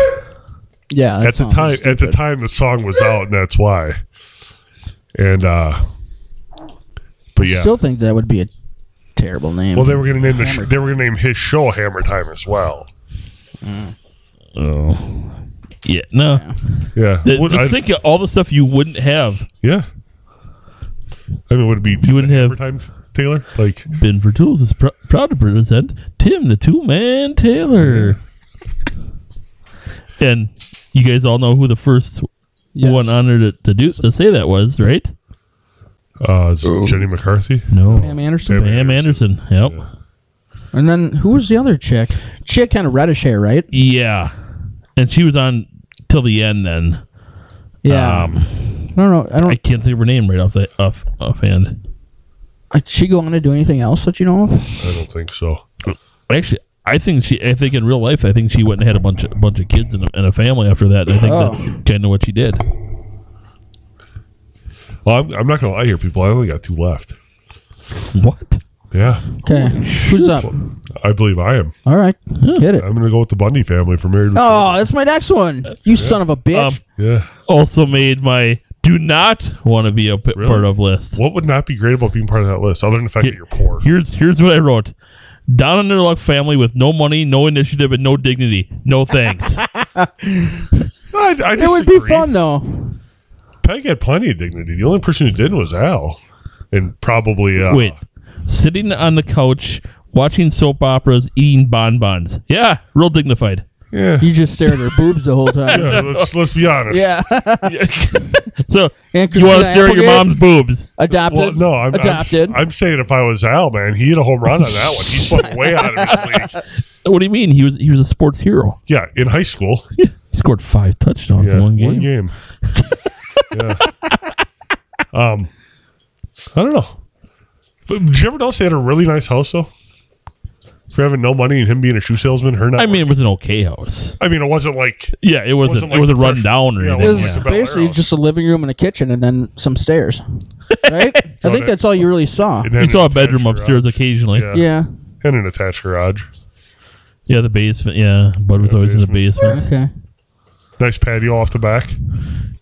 yeah. that
at the
sounds
time. At the time, the song was out, and that's why. And uh, but yeah,
Still think that would be a terrible name.
well, they were going to name the sh- they were going to name his show Hammer Time as well.
Oh. Yeah, no.
Yeah,
Th-
Would-
just
I-
think of all the stuff you wouldn't have
yeah. I mean, would it be
You wouldn't
Hammer
have-
Time Taylor? Like,
been for tools. Is pr- proud to present Tim the Tool Man Taylor. and you guys all know who the first
Yes.
one on there to, to do to say that was, right?
uh, is it Jenny McCarthy.
No,
Pam Anderson.
Pam
Pam Anderson. Yep. Yeah.
And then who was the other chick? She had kind of reddish hair, right?
Um, and she was on till the end. Then
Yeah.
um,
I don't know. I
I
don't.
can't think of her name right off the off offhand.
did she go on to do anything else that you know of?
I don't think so.
Actually, I think she. I think in real life, I think she went and had a bunch of a bunch of kids and a, and a family after that. And I think
Oh.
that's kind of what she did.
Well, I'm, I'm not gonna lie here, people. I only got two left.
What?
Yeah,
Okay. Who's up?
I believe I am.
All right. Get it.
I'm gonna go with the Bundy family for married. with
Oh, that's my next one. You son of a bitch.
Um,
Children. yeah,
also made my do not want to be a p-
Really?
part of list.
What would not be great about being part of that list, other than the fact that you're poor?
Here's here's what I wrote. Down on their luck family with no money, no initiative, and no dignity. No thanks.
I, I
It would be fun though.
Peg had plenty of dignity. The only person who didn't was Al, and probably uh,
Wait. Sitting on the couch, watching soap operas, eating bonbons. Yeah, real dignified.
Yeah,
You just stared at her boobs the whole time.
yeah let's let's be honest.
Yeah.
so
And
you
Christina
want to stare at your
Applegate?
mom's boobs.
Adopted.
Well, no, I'm, I'm-
adopted.
I'm, saying if I was Al, man, he hit a home run on that one. He's fucking way out of his league.
What do you mean? He was he was a sports hero.
Yeah, in high school.
He scored five touchdowns
Yeah,
in one game.
yeah. Um, I don't know. But did you ever notice they had a really nice house though? For having no money and him being a shoe salesman, her not.
I mean, it was an okay house.
I mean, it wasn't like
Yeah, it wasn't.
Wasn't like
It wasn't
the
run
first-
down or
yeah, it
it
anything.
was
Yeah. Mr. Bell
basically
Arrows.
just a living room and a kitchen, and then some stairs. Right? I think
it-
that's all you really saw.
it had
We
an
saw a
attached
bedroom
garage.
upstairs occasionally.
uh,
Yeah.
Yeah. and an attached garage.
Yeah, the basement. Yeah, Bud was
Yeah,
always in the basement.
Okay.
Nice patio off the back.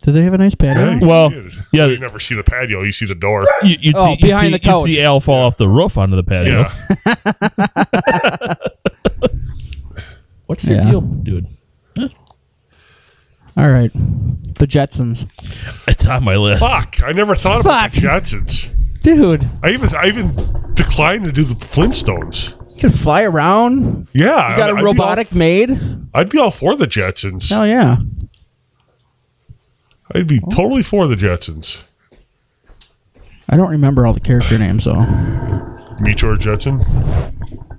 Did they have a nice patio?
Yeah,
Well,
you, did.
yeah.
you never see the patio. You see the door.
You, you'd
Oh,
see,
behind
you'd
the
see, you'd see
couch.
Al fall off the roof onto the patio.
Yeah,
What's
your Yeah. deal,
dude?
All right. The Jetsons.
It's on my list.
fuck! I never thought about the Jetsons.
Dude,
I even I even declined to do the Flintstones.
you can fly around.
Yeah,
You got
a
a robotic maid.
I'd be all for the Jetsons.
Oh, yeah.
I'd be totally for the Jetsons.
I don't remember all the character names, though.
Meet George Jetson,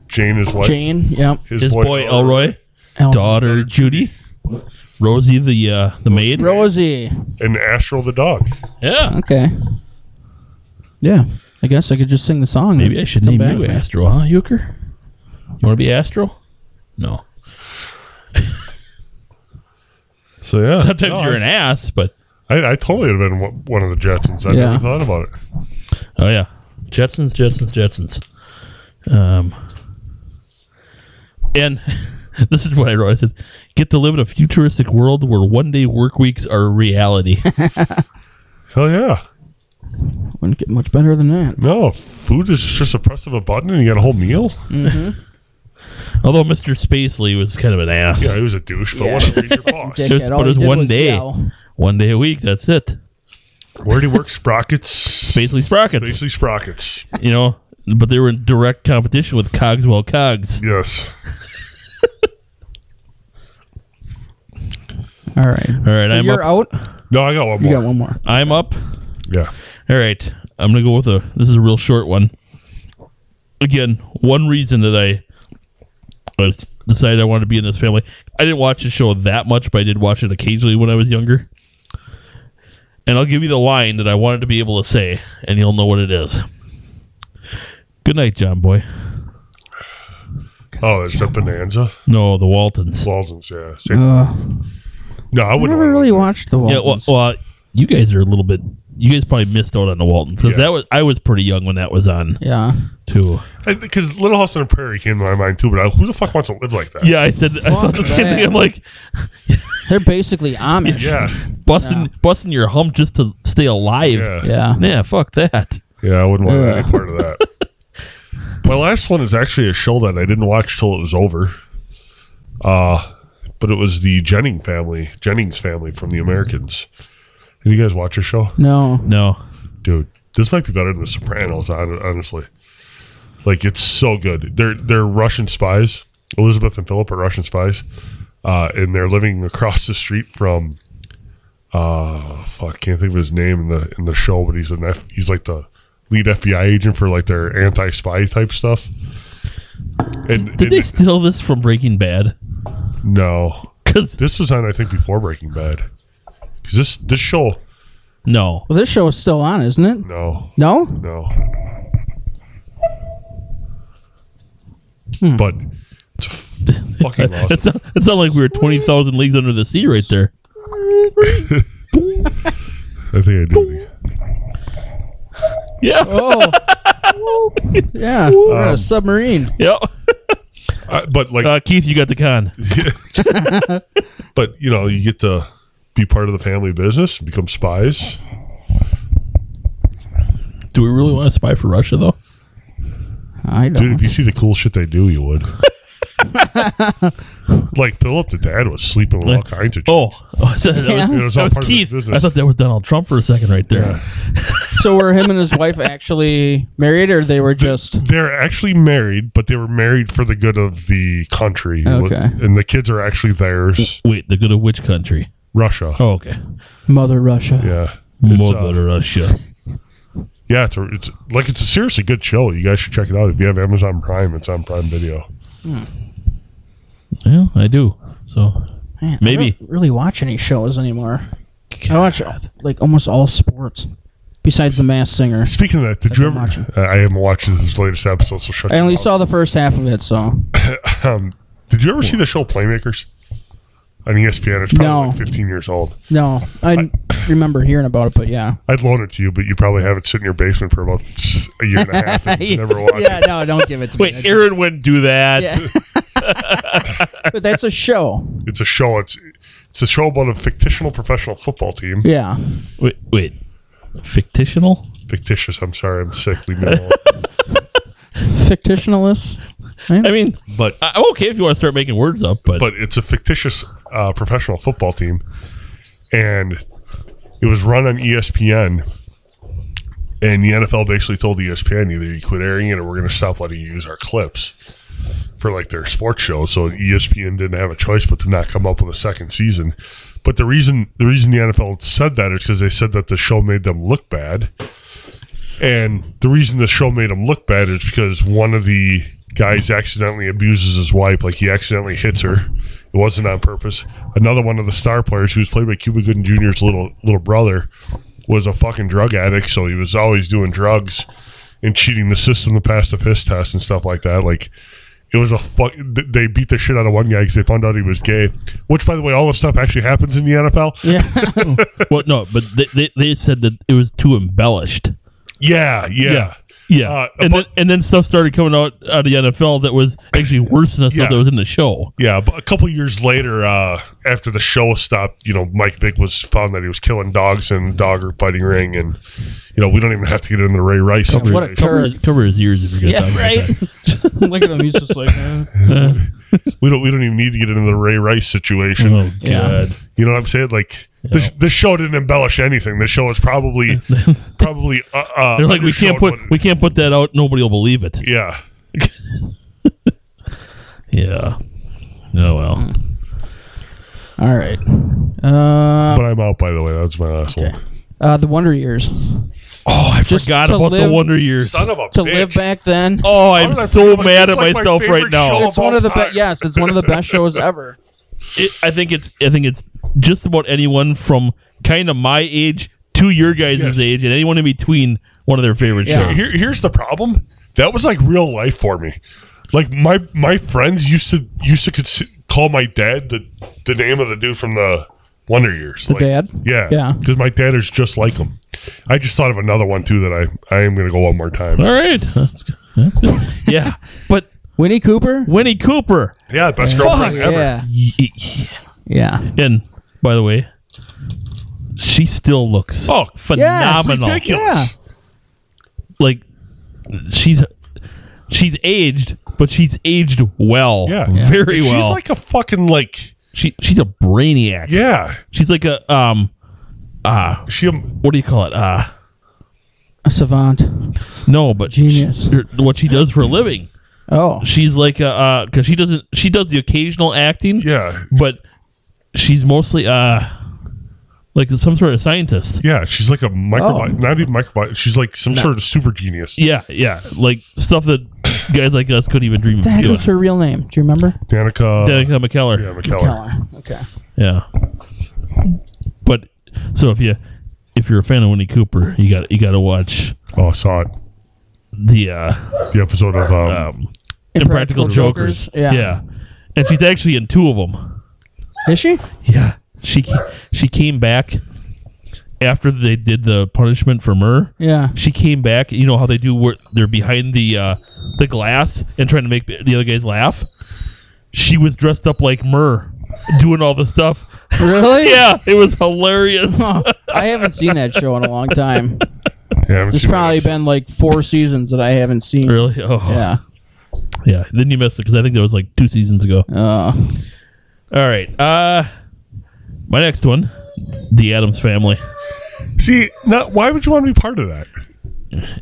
Jane, his wife,
Jane. Yep.
His boy,
uh,
Elroy,
El-
daughter Judy, Rosie the uh, the maid.
Rosie.
and Astral the dog.
Yeah.
Okay. Yeah. I guess I could just sing the song.
Maybe I should
Come
name
back
you
with me.
Astro, huh, Euchre? You want to be Astro? No.
So yeah,
Sometimes
No,
you're an ass, but
I, I totally would have been one- one of the Jetsons. I
Yeah.
never thought about it.
oh yeah, Jetsons, Jetsons, Jetsons. Um, and this is what I wrote. I said, "Get to live in a futuristic world where one day work weeks are a reality."
Hell yeah!
Wouldn't get much better than that.
No, food is just a press of a button and you got a whole meal.
Although Mister Spacely was kind of an ass.
Yeah, he was a douche, but whatever. He's your boss.
Dickhead.
Just-
All
but
he
it's
did
one
was
day.
yell.
One day a week. That's it.
Where do you work? Sprockets. Spacely.
Spacely Sprockets.
Spacely Sprockets.
You know, but they were in direct competition with Cogswell Cogs.
Yes.
All right.
All right,
So
I'm
you're out.
up.
No, I got one
You
more.
got one more.
I'm up.
Yeah.
All right, I'm gonna go with a. This is a real short one. Again, one reason that I, I s- decided I wanted to be in this family. I didn't watch the show that much, but I did watch it occasionally when I was younger. And I'll give you the line that I wanted to be able to say, and you'll know what it is. Good night, John Boy.
Oh, it's a Bonanza.
No, the Waltons.
Walden's, yeah. Same.
Uh,
no, I
I
wouldn't
never
want
really
one.
watched the
Yeah, well,
Waltons.
well, you guys are a little bit. You guys probably missed out on the Waltons because
Yeah.
that was I was pretty young when that was on
yeah.
too.
Because Little House on the Prairie came to my mind too, but I, who the fuck wants to live like that?
Yeah, I said I thought the same
that.
thing. I'm like
They're basically Amish.
Yeah.
busting busting your hump just to stay alive.
Yeah. Yeah,
Yeah.
Yeah, fuck that.
I wouldn't want
Yeah.
any part of that. my last one is actually a show that I didn't watch till it was over. Uh, but it was the Jennings family, Jennings family from The Americans. Did you guys watch a show?
No.
No,
dude, this might be better than The Sopranos. hon- Honestly, like it's so good. They're they're Russian spies. Elizabeth and Philip are Russian spies, uh, and they're living across the street from. Uh, fuck, can't think of his name in the in the show, but he's an F, he's like the lead FBI agent for like their anti-spy type stuff. And,
did
and-
they steal this from Breaking Bad?
no,
Because
this was on I think before Breaking Bad, because this this show
no,
Well, this show is still on, isn't it?
no
No.
No. But it's a f- fucking loss.
Hmm. it's not, it's not like we were twenty thousand leagues under the sea right there.
I think I do.
Yeah,
Oh. yeah. We're on a submarine.
yeah.
I, but like,
Uh, Keith, you got the con.
but you know, you get to be part of the family business, become spies.
Do we really want to spy for Russia though?
I
Dude,
don't.
if you see the cool shit they do, you would. like Philip, the dad was sleeping with all kinds of.
Oh, oh, that was,
It was
that
all
was
part of his
Keith.
business.
I thought that was Donald Trump for a second right there.
so were him and his wife actually married, or they were just?
They're actually married, but they were married for the good of the country.
Okay.
And the kids are actually theirs.
Wait, the good of which country?
Russia.
Oh, okay.
Mother Russia.
Yeah. It's, uh,
Mother Russia.
yeah, it's, a, it's like it's a seriously good show. You guys should check it out. If you have Amazon Prime, it's on Prime Video.
Yeah, I do. So
Man,
Maybe.
I don't really watch any shows anymore. I watch like almost all sports, besides The Masked Singer.
Speaking of that, did you
been
ever?
watching.
Uh, I haven't watched this latest episode, so shut.
I
your
only
mouth.
saw the first half of it, so
Um, did you ever see the show Playmakers on E ESPN? It's probably
No.
like 15 years old.
no, I remember hearing about it, but yeah,
I'd loan it to you, but you probably have it sitting in your basement for about a year and a half and you never watched
yeah,
it.
no, don't give it to me. I
Wait,
just-
Aaron wouldn't do that.
Yeah. but that's a show.
It's a show. It's it's a show about a fictional professional football team.
Yeah,
Wait, wait. Fictitional?
Fictitious. I'm sorry. I'm sick. Leave me alone.
fictionalist.
I mean,
but
I- I'm okay if you want to start making words up, but,
but it's a fictitious uh, professional football team, and it was run on E ESPN. And the NFL basically told E ESPN either you quit airing it or we're going to stop letting you use our clips for like their sports show. So E ESPN didn't have a choice but to not come up with a second season. But the reason the reason the NFL said that is because they said that the show made them look bad. And the reason the show made him look bad is because one of the guys accidentally abuses his wife, like he accidentally hits her. It wasn't on purpose. Another one of the star players, who was played by Cuba Gooden Jr.'s little little brother, was a fucking drug addict, so he was always doing drugs and cheating the system to pass the piss test and stuff like that. Like it was a fuck. th- They beat the shit out of one guy because they found out he was gay. Which, by the way, all this stuff actually happens in the NFL.
Yeah,
well, no, but they, they, they said that it was too embellished.
Yeah, yeah.
Yeah. Yeah,
Uh,
and
but-
then and then stuff started coming out out of the NFL that was actually worse than the stuff
Yeah.
that was in the show.
Yeah, but a couple years later, uh, after the show stopped, you know, Mike Vick was found that he was killing dogs in dog fighting ring, and you know, we don't even have to get into Ray Rice.
what a
Cover
Sure.
his, cover his ears if you're gonna talk
yeah,
about
right. Look at him; he's just like, eh.
we don't we don't even need to get into the Ray Rice situation.
that. Oh
Yeah.
god,
You know what I'm saying? Like this, this show didn't embellish anything. This show is probably probably uh, uh,
they're like we can't
undershowed
put
what it-
we can't put that out. Nobody will believe it.
yeah.
Yeah. Oh
Hmm.
well.
all right. Uh,
But I'm out. By the way, that was my last one.
uh, the Wonder Years.
Oh, I forgot
to
about
live-
the Wonder Years.
Son of a
To
bitch.
live back then.
Oh, I'm
did I
so
forget about-
mad
it's
at
like my
myself right
favorite
now.
show.
it's one of the
all
best.
time.
Yes, it's one of the best shows ever.
it, I think it's I think it's just about anyone from kind of my age to your guys'
Yes.
age and anyone in between one of their favorite
Yeah.
shows.
Here, here's the problem. That was like real life for me. Like my my friends used to used to cons- call my dad the the name of the dude from the Wonder Years. The
dad?
Yeah,
Yeah.
Because my dad is just like him. I just thought of another one too that I I am gonna go one more time.
All right. That's good. That's good. yeah. But
Winnie Cooper.
Winnie Cooper
Yeah, best girlfriend ever.
Yeah,
y- y-
yeah.
and by the way, she still looks
Oh,
phenomenal.
Ridiculous.
Like she's she's aged, but she's aged well.
Yeah.
Very
She's
well.
like a fucking like
she she's a brainiac.
yeah.
She's like a um uh
She um,
what do you call it? Uh
A savant.
No, but
Genius.
she- her- what she does for a living,
Oh,
she's like a because she doesn't. She does the occasional acting,
yeah
but she's mostly uh like some sort of scientist.
yeah. She's like a microbi Not even microbi She's like some sort of super genius.
Yeah, yeah, like stuff that guys like us couldn't even dream of
the heck
doing.
was her real name? Do you remember?
Danica.
Danica McKellar.
yeah, McKellar.
Okay.
Yeah. But so if you if you're a fan of Winnie Cooper, you got you got to watch
Oh, I saw it.
the uh
The episode of um,
um, Impractical, Jokers.
Yeah.
yeah, and she's actually in two of them.
Is she?
Yeah, she ca- she came back after they did the punishment for Mur.
Yeah.
She came back. You know how they do where they're behind the uh, the glass and trying to make the the other guys laugh. She was dressed up like Mur doing all this stuff.
Really? Oh,
Yeah, it was hilarious.
I haven't seen that show in a long time.
Yeah, I haven't
There's
seen
probably
that.
been like four seasons that I haven't seen.
really? Oh,
Yeah.
yeah. Then you missed it because I think that was like two seasons ago.
Uh,
All right. Uh, my next one, the Adams Family.
See, not, why would you want to be part of that?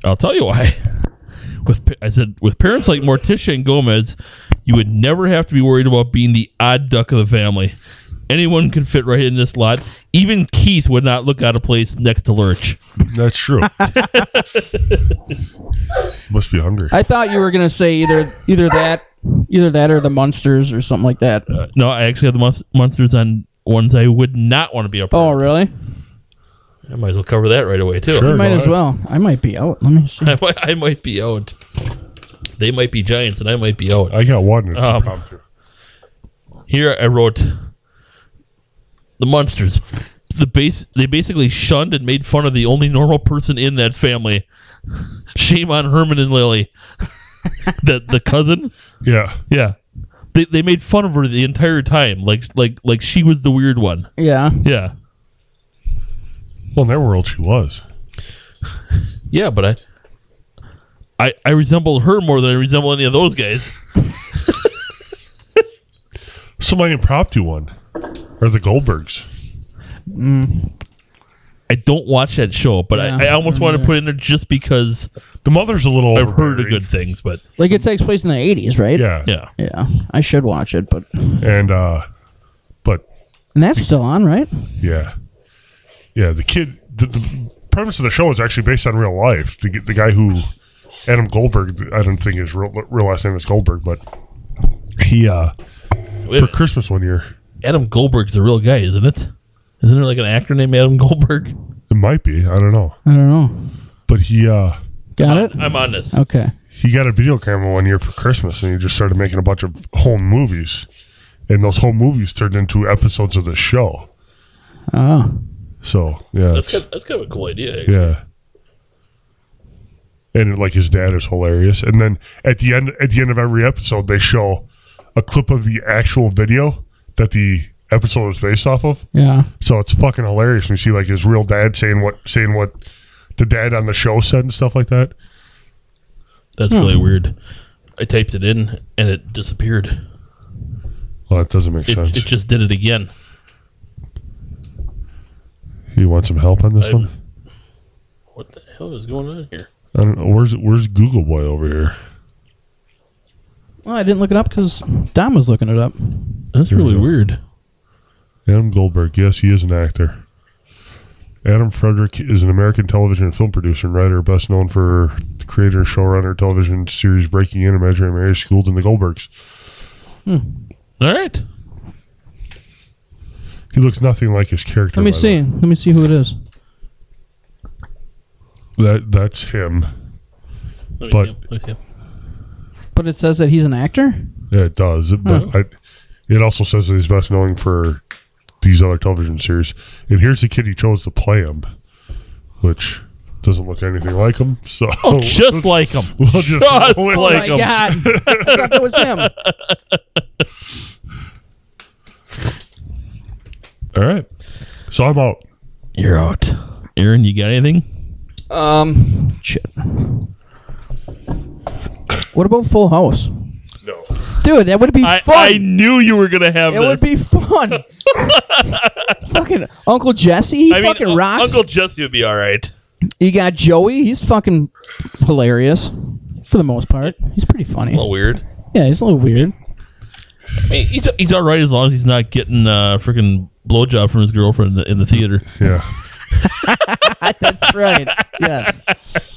I'll tell you why. With pa- I said with parents like Morticia and Gomez, you would never have to be worried about being the odd duck of the family. Anyone could fit right in this lot. Even Keith would not look out of place next to Lurch.
That's true. Must be hungry.
I thought you were gonna say either either that, either that or the Munsters or something like that.
Uh, no, I actually have the monst- monsters on ones I would not want to be a part.
Oh,
of.
really?
I might as well cover that right away too.
Sure.
Might
go
as
ahead.
well. I might be out. Let me see.
I might, I might be out. They might be giants, and I might be out.
I got one. It's
Um,
impromptu.
Here I wrote the monsters. The base they basically shunned and made fun of the only normal person in that family. Shame on Herman and Lily. the the cousin?
Yeah.
Yeah. They they made fun of her the entire time. Like like like she was the weird one.
Yeah.
Yeah.
Well, in their world, she was.
Yeah, but I I I resemble her more than I resemble any of those guys.
So my impromptu one are the Goldbergs.
I don't watch that show, but
Yeah.
I, I almost want to put it in there just because
The mother's a little.
I've heard of
overbearing.
good things, but
Like it takes place in the '80s, right?
Yeah.
yeah.
Yeah. I should watch it, but
And uh, but
and that's still on, right?
yeah, yeah. The kid. The, the premise of the show is actually based on real life. The the guy who Adam Goldberg. I don't think his real, real last name is Goldberg, but he uh
Wait a
for
minute.
Christmas one year
Adam Goldberg's a real guy, isn't it? Isn't there like an actor named Adam Goldberg?
it might be I don't know,
I don't know.
but he uh
Got it.
I'm on this.
Okay.
he got a video camera one year for Christmas and he just started making a bunch of home movies. And those home movies turned into episodes of the show.
Oh,
So yeah,
That's
it's-
kind, that's kind of a cool idea. actually.
yeah. And like his dad is hilarious. And then at the end, at the end of every episode, they show a clip of the actual video that the episode was based off of.
yeah.
So it's fucking hilarious when you see like his real dad saying what saying what the dad on the show said and stuff like that.
That's really weird. I typed it in and it disappeared.
Well, that doesn't make
It,
sense.
it just did it again.
you want some help on this
I-
one?
What the hell is going on here?
I don't know. Where's where's Google Boy over here?
Well, I didn't look it up because Dom was looking it up.
That's
we
really
go.
weird.
Adam Goldberg. Yes, he is an actor. Adam Frederick is an American television and film producer and writer, best known for the creator, showrunner, television series Breaking In, Imaginary Mary, Schooled in the Goldbergs.
All right.
He looks nothing like his character.
Let me
by the
see.
way.
Let me see who it is.
That that's him.
Let me
But-
see him. Let me see him.
But it says that he's an actor.
Yeah, it does. It, but I, it also says that he's best known for these other television series. And here's the kid he chose to play him, which doesn't look anything like him. So
Oh, just like him.
we'll just
just
we'll-
like him.
Oh God! I thought that was him.
All right. So I'm out.
You're out. Aaron, you got anything?
Um, shit. What about Full House?
No.
Dude, that would be
I,
fun.
I knew you were going to have
it
this.
would be fun. fucking Uncle Jesse, he
I mean,
fucking
Un-
rocks.
Uncle Jesse would be all right.
you got Joey, he's fucking hilarious for the most part. He's pretty funny.
A little weird.
yeah, he's a little weird.
I mean, he's, he's all right as long as he's not getting uh, freaking blowjob from his girlfriend in the, in the theater.
Yeah.
That's right. yes,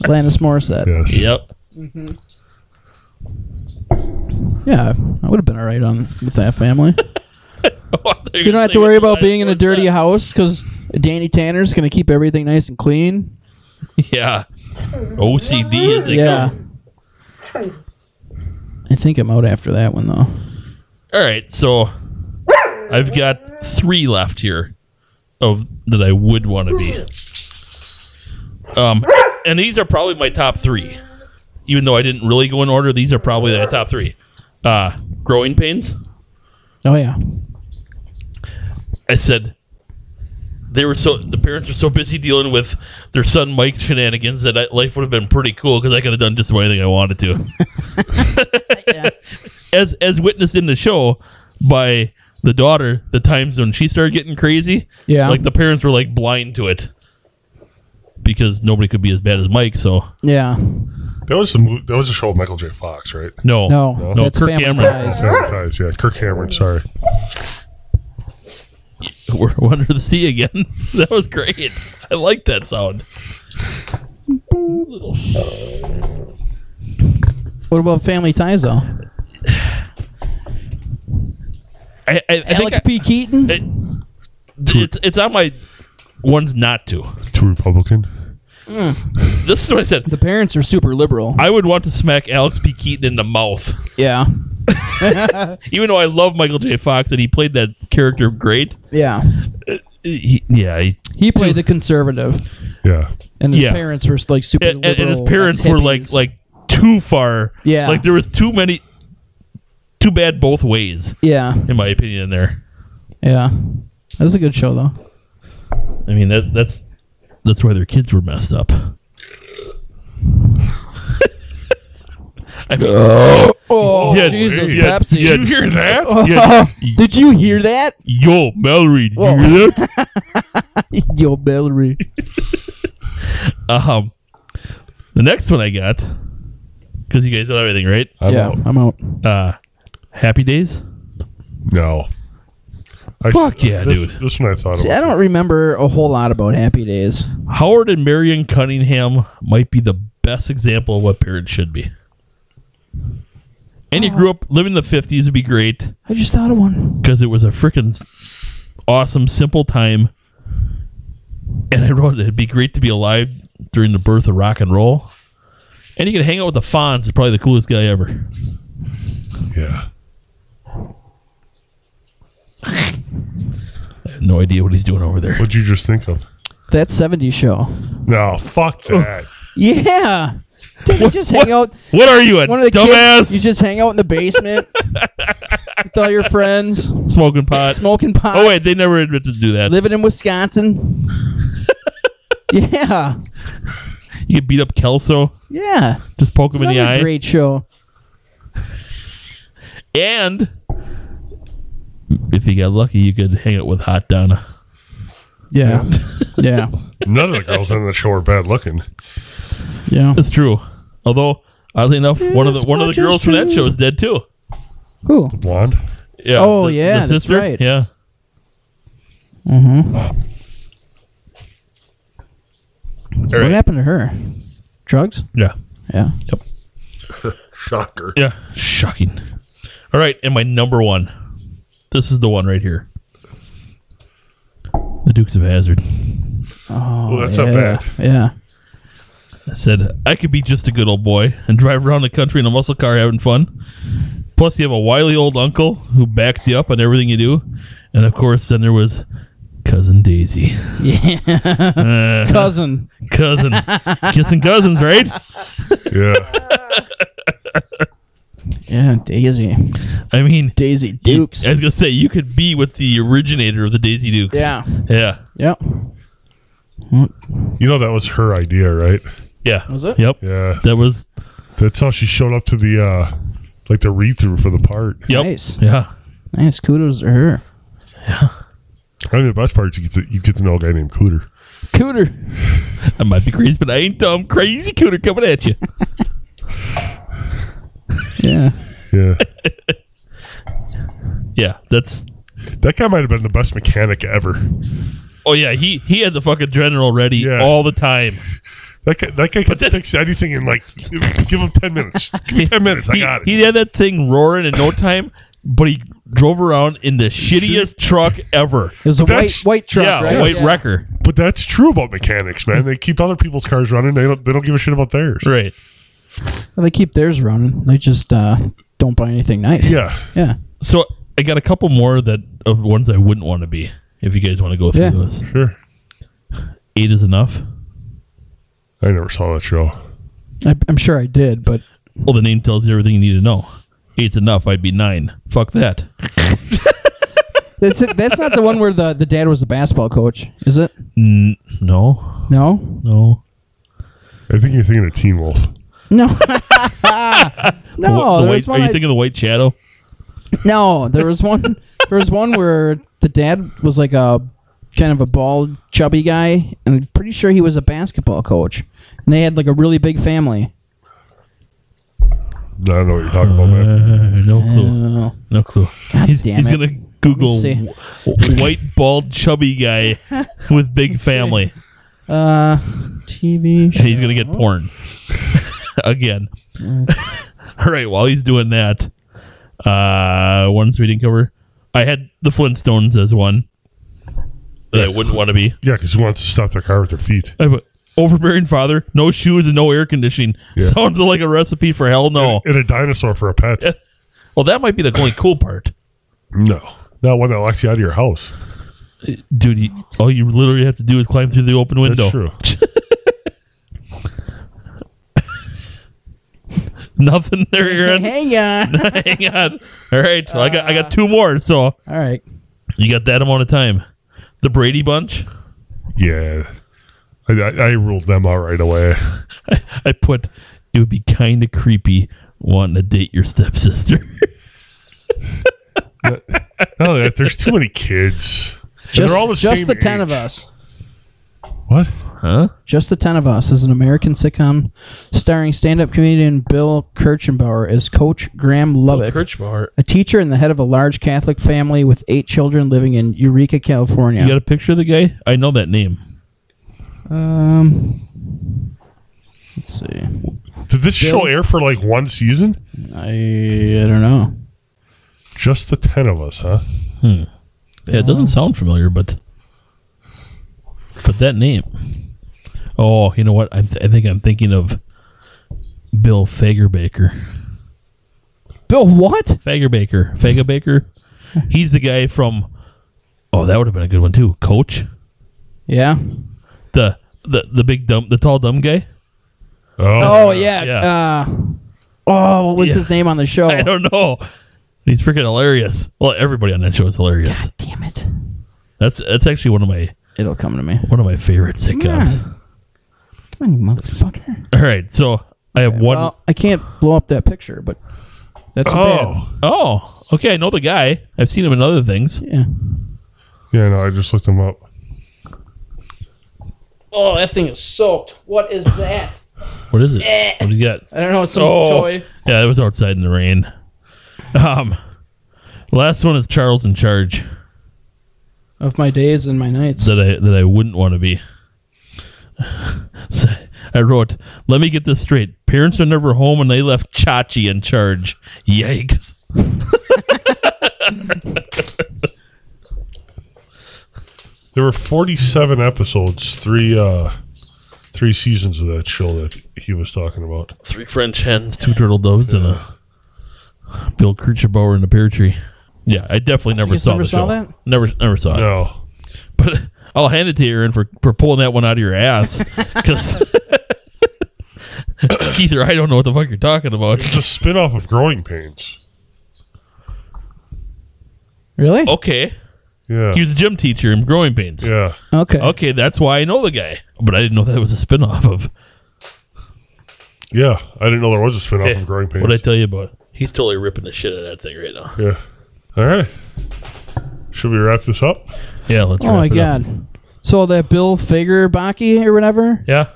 Alanis Morissette.
Yes.
Yep.
Yeah, I would have been all right on with that family.
you
You don't have to worry about being in a dirty house because Danny Tanner's gonna keep everything nice and clean.
Yeah. OCD is
yeah. I think I'm out after that one though.
All right, so I've got three left here of that I would want to be. Um, and these are probably my top three. Even though I didn't really go in order, these are probably the top three. Uh, growing pains,
Oh yeah,
I said they were so the parents were so busy dealing with their son Mike's shenanigans that I, life would have been pretty cool because I could have done just about anything I wanted to, as as witnessed in the show by the daughter. The times when she started getting crazy,
Yeah.
like the parents were like blind to it because nobody could be as bad as Mike. So
Yeah.
That was the mo- that was a show with Michael J. Fox, right?
no,
No,
no,
that's
Kirk
Family
Cameron.
Ties.
Family Ties, yeah, Kirk Cameron. Sorry,
We're under the sea again. that was great. I like that sound.
What about Family Ties though?
I, I, I think
Alex
I-
P. Keaton.
It- it's it's on my ones not to.
two Republican.
This is what I said.
The parents are super liberal.
I would want to smack Alex P. Keaton in the mouth,
Yeah.
even though I love Michael J. Fox and he played that character great. uh,
Yeah.
He- yeah, he,
He played the conservative,
Yeah,
and his
Yeah.
parents were like super
and, and-
liberal.
and his parents were like
hippies.
like too far.
Yeah.
like there was too many, too bad both ways,
yeah,
in my opinion. There,
yeah. That's a good show though.
I mean that that's that's why their kids were messed up. I mean,
Oh
Yeah,
Jesus,
yeah,
Pepsi!
yeah.
you hear that?
yeah,
Did you hear that?
yo, Mallory, did
Whoa.
you hear that?
Yo, Mallory.
Um, the next one I got because you guys know everything, right?
I'm
yeah,
out.
I'm out.
Uh, Happy Days.
No. I,
Fuck yeah,
this,
dude.
This one I thought
See, I
about.
don't remember a whole lot about Happy Days.
Howard and Marion Cunningham might be the best example of what parents should be. And you grew up living in the fifties would be great
I just thought of one.
because it was a freaking awesome, simple time. And I wrote it'd be great to be alive during the birth of rock and roll. And you could hang out with the Fonz, is probably the coolest guy ever.
Yeah.
I have no idea what he's doing over there.
What'd you just think of?
That '70s show.
No, fuck that.
Yeah. Did you just hang out?
What are you, a
One of the
dumbass?
kids. You just hang out in the basement with all your friends,
smoking pot.
smoking pot.
Oh wait, they never admitted to do that.
living in Wisconsin. yeah,
You could beat up Kelso,
yeah.
just poke him in the
Another
eye,
great show.
and if you got lucky, you could hang out with Hot Donna.
Yeah, yeah,
None of the girls on the show are bad looking.
yeah.
That's true. Although oddly enough, one of the
This
one of the
much is
girls from that
true.
show is dead too.
Ooh,
Blonde.
Yeah.
Oh,
the-
yeah,
the
that's
sister.
right.
Yeah.
All
what
right.
happened to her? Drugs?
Yeah.
Yeah.
Shocker.
Yeah. Shocking. All right, and my number one. This is the one right here. The Dukes of Hazard.
Well, that's
Oh, yeah.
not bad.
Yeah.
I said, I could be just a good old boy and drive around the country in a muscle car having fun. Plus, you have a wily old uncle who backs you up on everything you do. And of course, then there was Cousin Daisy.
Yeah.
Uh,
Cousin.
cousin. Kissing cousins, right?
Yeah.
Yeah, Daisy.
I mean,
Daisy
you-
Dukes.
I was going to say, you could be with the originator of the Daisy Dukes.
Yeah.
Yeah.
Yep.
You know that was her idea, right?
Yeah.
Was it?
Yep.
Yeah.
That was.
That's how she showed up to the uh like the read through for the part.
Yep.
Nice.
Yeah.
Nice. Kudos to her.
I mean the best part is you get to you get to know a guy named Cooter.
Cooter.
I might be crazy, but I ain't dumb. Crazy cooter coming at you.
Yeah.
Yeah.
Yeah. That's.
that guy might have been the best mechanic ever.
Oh, yeah. He, he had the fucking adrenaline ready
Yeah.
all the time.
That guy that guy could
then-
fix anything in like give him ten minutes. Give me ten minutes. I
he,
got it.
he had that thing roaring in no time, but he drove around in the shittiest truck ever.
It was a white
That's-
white truck,
yeah,
right?
white wrecker.
But that's true about mechanics, man. They keep other people's cars running. They don't. They don't give a shit about theirs.
Right.
Well, they keep theirs running. They just uh, don't buy anything nice.
Yeah.
Yeah.
So I got a couple more that of ones I wouldn't want to be. If you guys want to go through
Yeah.
those,
Sure.
eight is enough.
I never saw that show.
I, I'm sure I did, but
Well, the name tells you everything you need to know. Eight's enough. I'd be nine. Fuck that.
That's it. That's not the one where the, the dad was the basketball coach, is it?
N- no,
No,
no.
I think you're thinking of Teen Wolf.
no,
The wh-
no.
the
there
white,
was
are
one
you
I-
thinking of the White Shadow?
no, there was one. There was one where the dad was like a kind of a bald, chubby guy, and I'm pretty sure he was a basketball coach. And they had like a really big family.
I don't know what you're talking about,
Uh,
man.
no clue.
Oh,
No clue.
God
he's
damn
he's
it.
gonna Google
see.
w- w- white bald chubby guy with big family,
uh, TV.
and he's gonna get porn again.
Mm.
All right, while he's doing that, uh, ones we didn't cover. I had the Flintstones as one that I wouldn't want to be.
Yeah, because who wants to stop their car with their feet?
I put, Overbearing father, no shoes and no air conditioning.
Yeah.
Sounds like a recipe for hell no.
And a dinosaur for a pet.
Well, that might be the only cool part.
No. Not one that locks you out of your house.
Dude, you, all you literally have to do is climb through the open window.
That's true.
Nothing there, Aaron.
Hey, uh,
Hang on. All right, well, I got I got two more. So
all right.
you got that amount of time. The Brady Bunch.
Yeah. I, I, I ruled them out right away.
I put it would be kind of creepy wanting to date your stepsister.
No, that there's too many kids. And
Just,
they're all the
just
same
the ten
age.
of us.
What?
huh?
Just the Ten of Us is an American sitcom starring stand up comedian Bill Kirchenbauer as Coach Graham Lubbock, a teacher and the head of a large Catholic family with eight children living in Eureka, California.
You got a picture of the guy? I know that name.
um, let's see.
Did this show air for like one season?
I, I don't know.
Just the 10 of us, huh?
Yeah, it doesn't sound familiar, but but that name. Oh, you know what? I, th- I think I'm thinking of Bill Fagerbaker.
Bill, what?
Fagerbaker. Fagerbaker. He's the guy from. Oh, that would have been a good one too. Coach,
Yeah.
the the the big dumb, the tall dumb guy.
Oh.
Oh, yeah.
Uh, yeah.
Uh, oh, what was
Yeah.
his name on the show?
I don't know. He's freaking hilarious. Well, everybody on that show is hilarious.
Damn it.
That's that's actually one of my
It'll come to me.
one of my favorite sitcoms.
Yeah. Come on, you motherfucker.
All right, so I have one
Well, I can't blow up that picture, but that's bad.
Oh.
Oh, okay. I know the guy. I've seen him in other things.
Yeah.
Yeah, no, I just looked them up.
Oh, that thing is soaked. What is that?
What is it? What do you got?
I don't know. It's some
Oh.
toy.
Yeah, it was outside in the rain. Um, last one is Charles in Charge
Of my days and my nights.
that I that I wouldn't want to be. so I wrote, "Let me get this straight. Parents are never home, and they left Chachi in charge. Yikes."
There were 47 episodes, three uh three seasons of that show that he was talking about.
Three French hens, two turtle doves, and a Bill Kirchenbauer in a pear tree. Yeah, I definitely never
guys
saw
never
the
saw
show.
that?
Never, never saw it.
No.
but I'll hand it to you, Aaron, for, for pulling that one out of your ass. Because Keith or I don't know what the fuck you're talking about.
It's a spin off of Growing Pains.
Really?
Okay,
Yeah.
he was a gym teacher in Growing Pains.
yeah.
Okay.
Okay, that's why I know the guy, but I didn't know that was a spinoff of
Yeah. I didn't know there was a spin off
Hey,
of Growing Pains.
what I tell you about. He's totally ripping the shit out of that thing right now.
yeah. All right. Should we wrap this up?
Yeah, let's.
Oh my
wrap it up.
god. So that Bill Fagerbaki or whatever,
Yeah.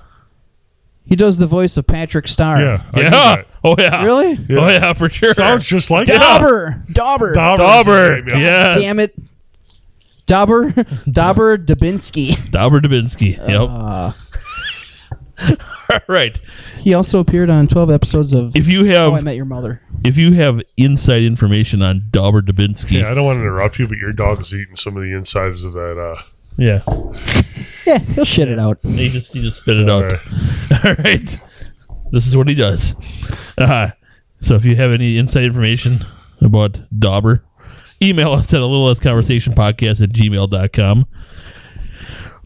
he does the voice of Patrick Starr.
Yeah. I did
Yeah.
that.
Oh yeah.
Really?
Yeah.
Oh yeah, for sure.
Sounds just like
Dauber. Dauber.
Dauber.
Dauber.
Yeah.
Yeah.
Damn it. Dauber. Dauber Dubinsky.
Dauber Dubinsky. Yep.
Uh,
All right.
he also appeared on 12 episodes of
If you
How Oh, I
have
Met Your Mother.
if you have inside information on Dauber Dubinsky,
Yeah, I don't want to interrupt you, but your dog is eating some of the insides of that. Uh,
yeah.
Yeah, he'll shit it out.
You just you just spit it out.
uh,
All right. This is what he does. Uh, so if you have any inside information about Dauber, email us at a little less conversation podcast at gmail.com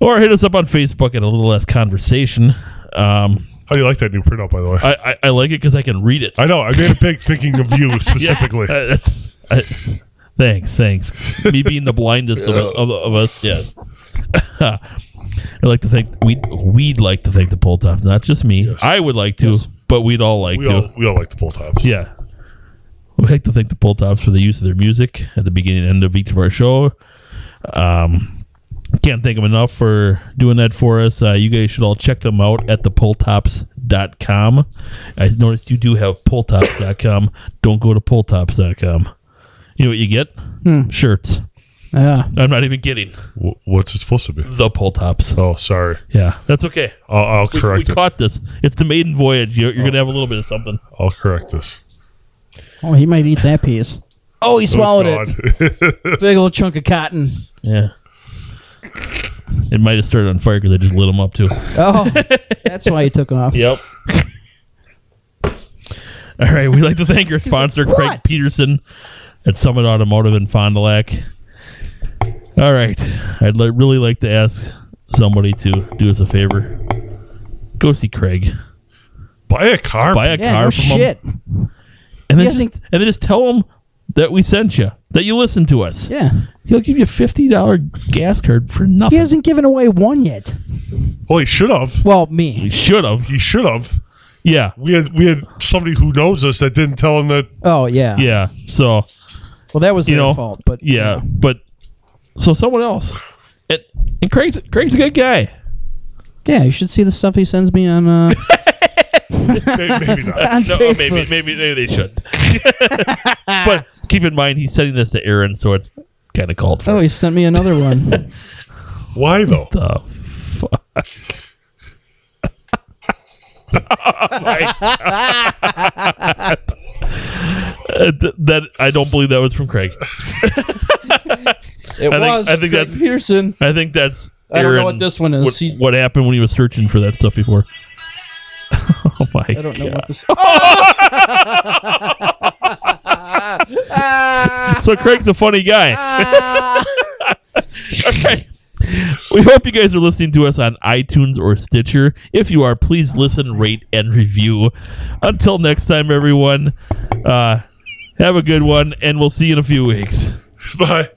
or hit us up on Facebook at a little less conversation. Um,
how do you like that new printout, by the way?
I, I, I like it because I can read it.
I know. I made a big thinking of you specifically.
Uh, that's I, Thanks, thanks. Me being the blindest of, of, of us, yes. I'd like to thank we we'd like to thank the Poltoff, not just me.
Yes.
I would like to, but we'd all like
We
to.
all, we all like the pull tops.
Yeah. We'd like to thank the Poltops for the use of their music at the beginning and end of each of our show. Um, can't thank them enough for doing that for us. Uh, you guys should all check them out at thepoltops.com. I noticed you do have poltops.com. Don't go to poltops.com. You know what you get? Shirts.
Yeah.
I'm not even kidding.
Wh- what's it supposed to be?
The Poltops.
Oh, sorry.
Yeah, that's okay.
I'll, I'll
We, we
correct it.
caught this. It's the maiden voyage. You're, you're going to have a little bit of something.
I'll correct this.
Oh, he might eat that piece. Oh, he swallowed it.
it.
Big old chunk of cotton.
Yeah. It might have started on fire because I just lit them up too.
Oh, that's why he took off.
Yep. All right, we'd like to thank our sponsor, Craig Peterson at Summit Automotive in Fond du Lac. All right, I'd li- really like to ask somebody to do us a favor. Go see Craig.
Buy a car.
Buy a
Yeah,
car
no
from him,
shit.
and then
He hasn't-
just and then just tell him that we sent you, that you listened to us.
Yeah.
He'll give you a fifty dollar gas card for
He
nothing.
hasn't given away one yet.
well, he should have.
Well,
He
me.
should have.
He should have.
Yeah,
We had we had somebody who knows us that didn't tell him that.
Oh, yeah.
yeah. So
Well, that was
You
their
know,
fault, but
Yeah, but so someone else, and, and Craig's Craig's a good guy.
yeah, you should see the stuff he sends me on uh,
May- Maybe not.
on
No, oh,
Facebook.
maybe maybe maybe they should. but keep in mind, he's sending this to Aaron, so it's kind of called for.
Oh, he sent me another one.
Why though?
the fuck. Oh my God. Uh, th- that I don't believe that was from Craig.
It
I think-
was
I think
Craig
that's-
Pearson.
I think that's.
I don't know
Aaron-
what this one is.
What,
He-
what happened when he was searching for that stuff before? oh my!
I don't know
God.
what this.
So Craig's a funny guy. okay. We hope you guys are listening to us on iTunes or Stitcher. If you are, please listen, rate, and review. Until next time, everyone, uh, have a good one, and we'll see you in a few weeks.
Bye.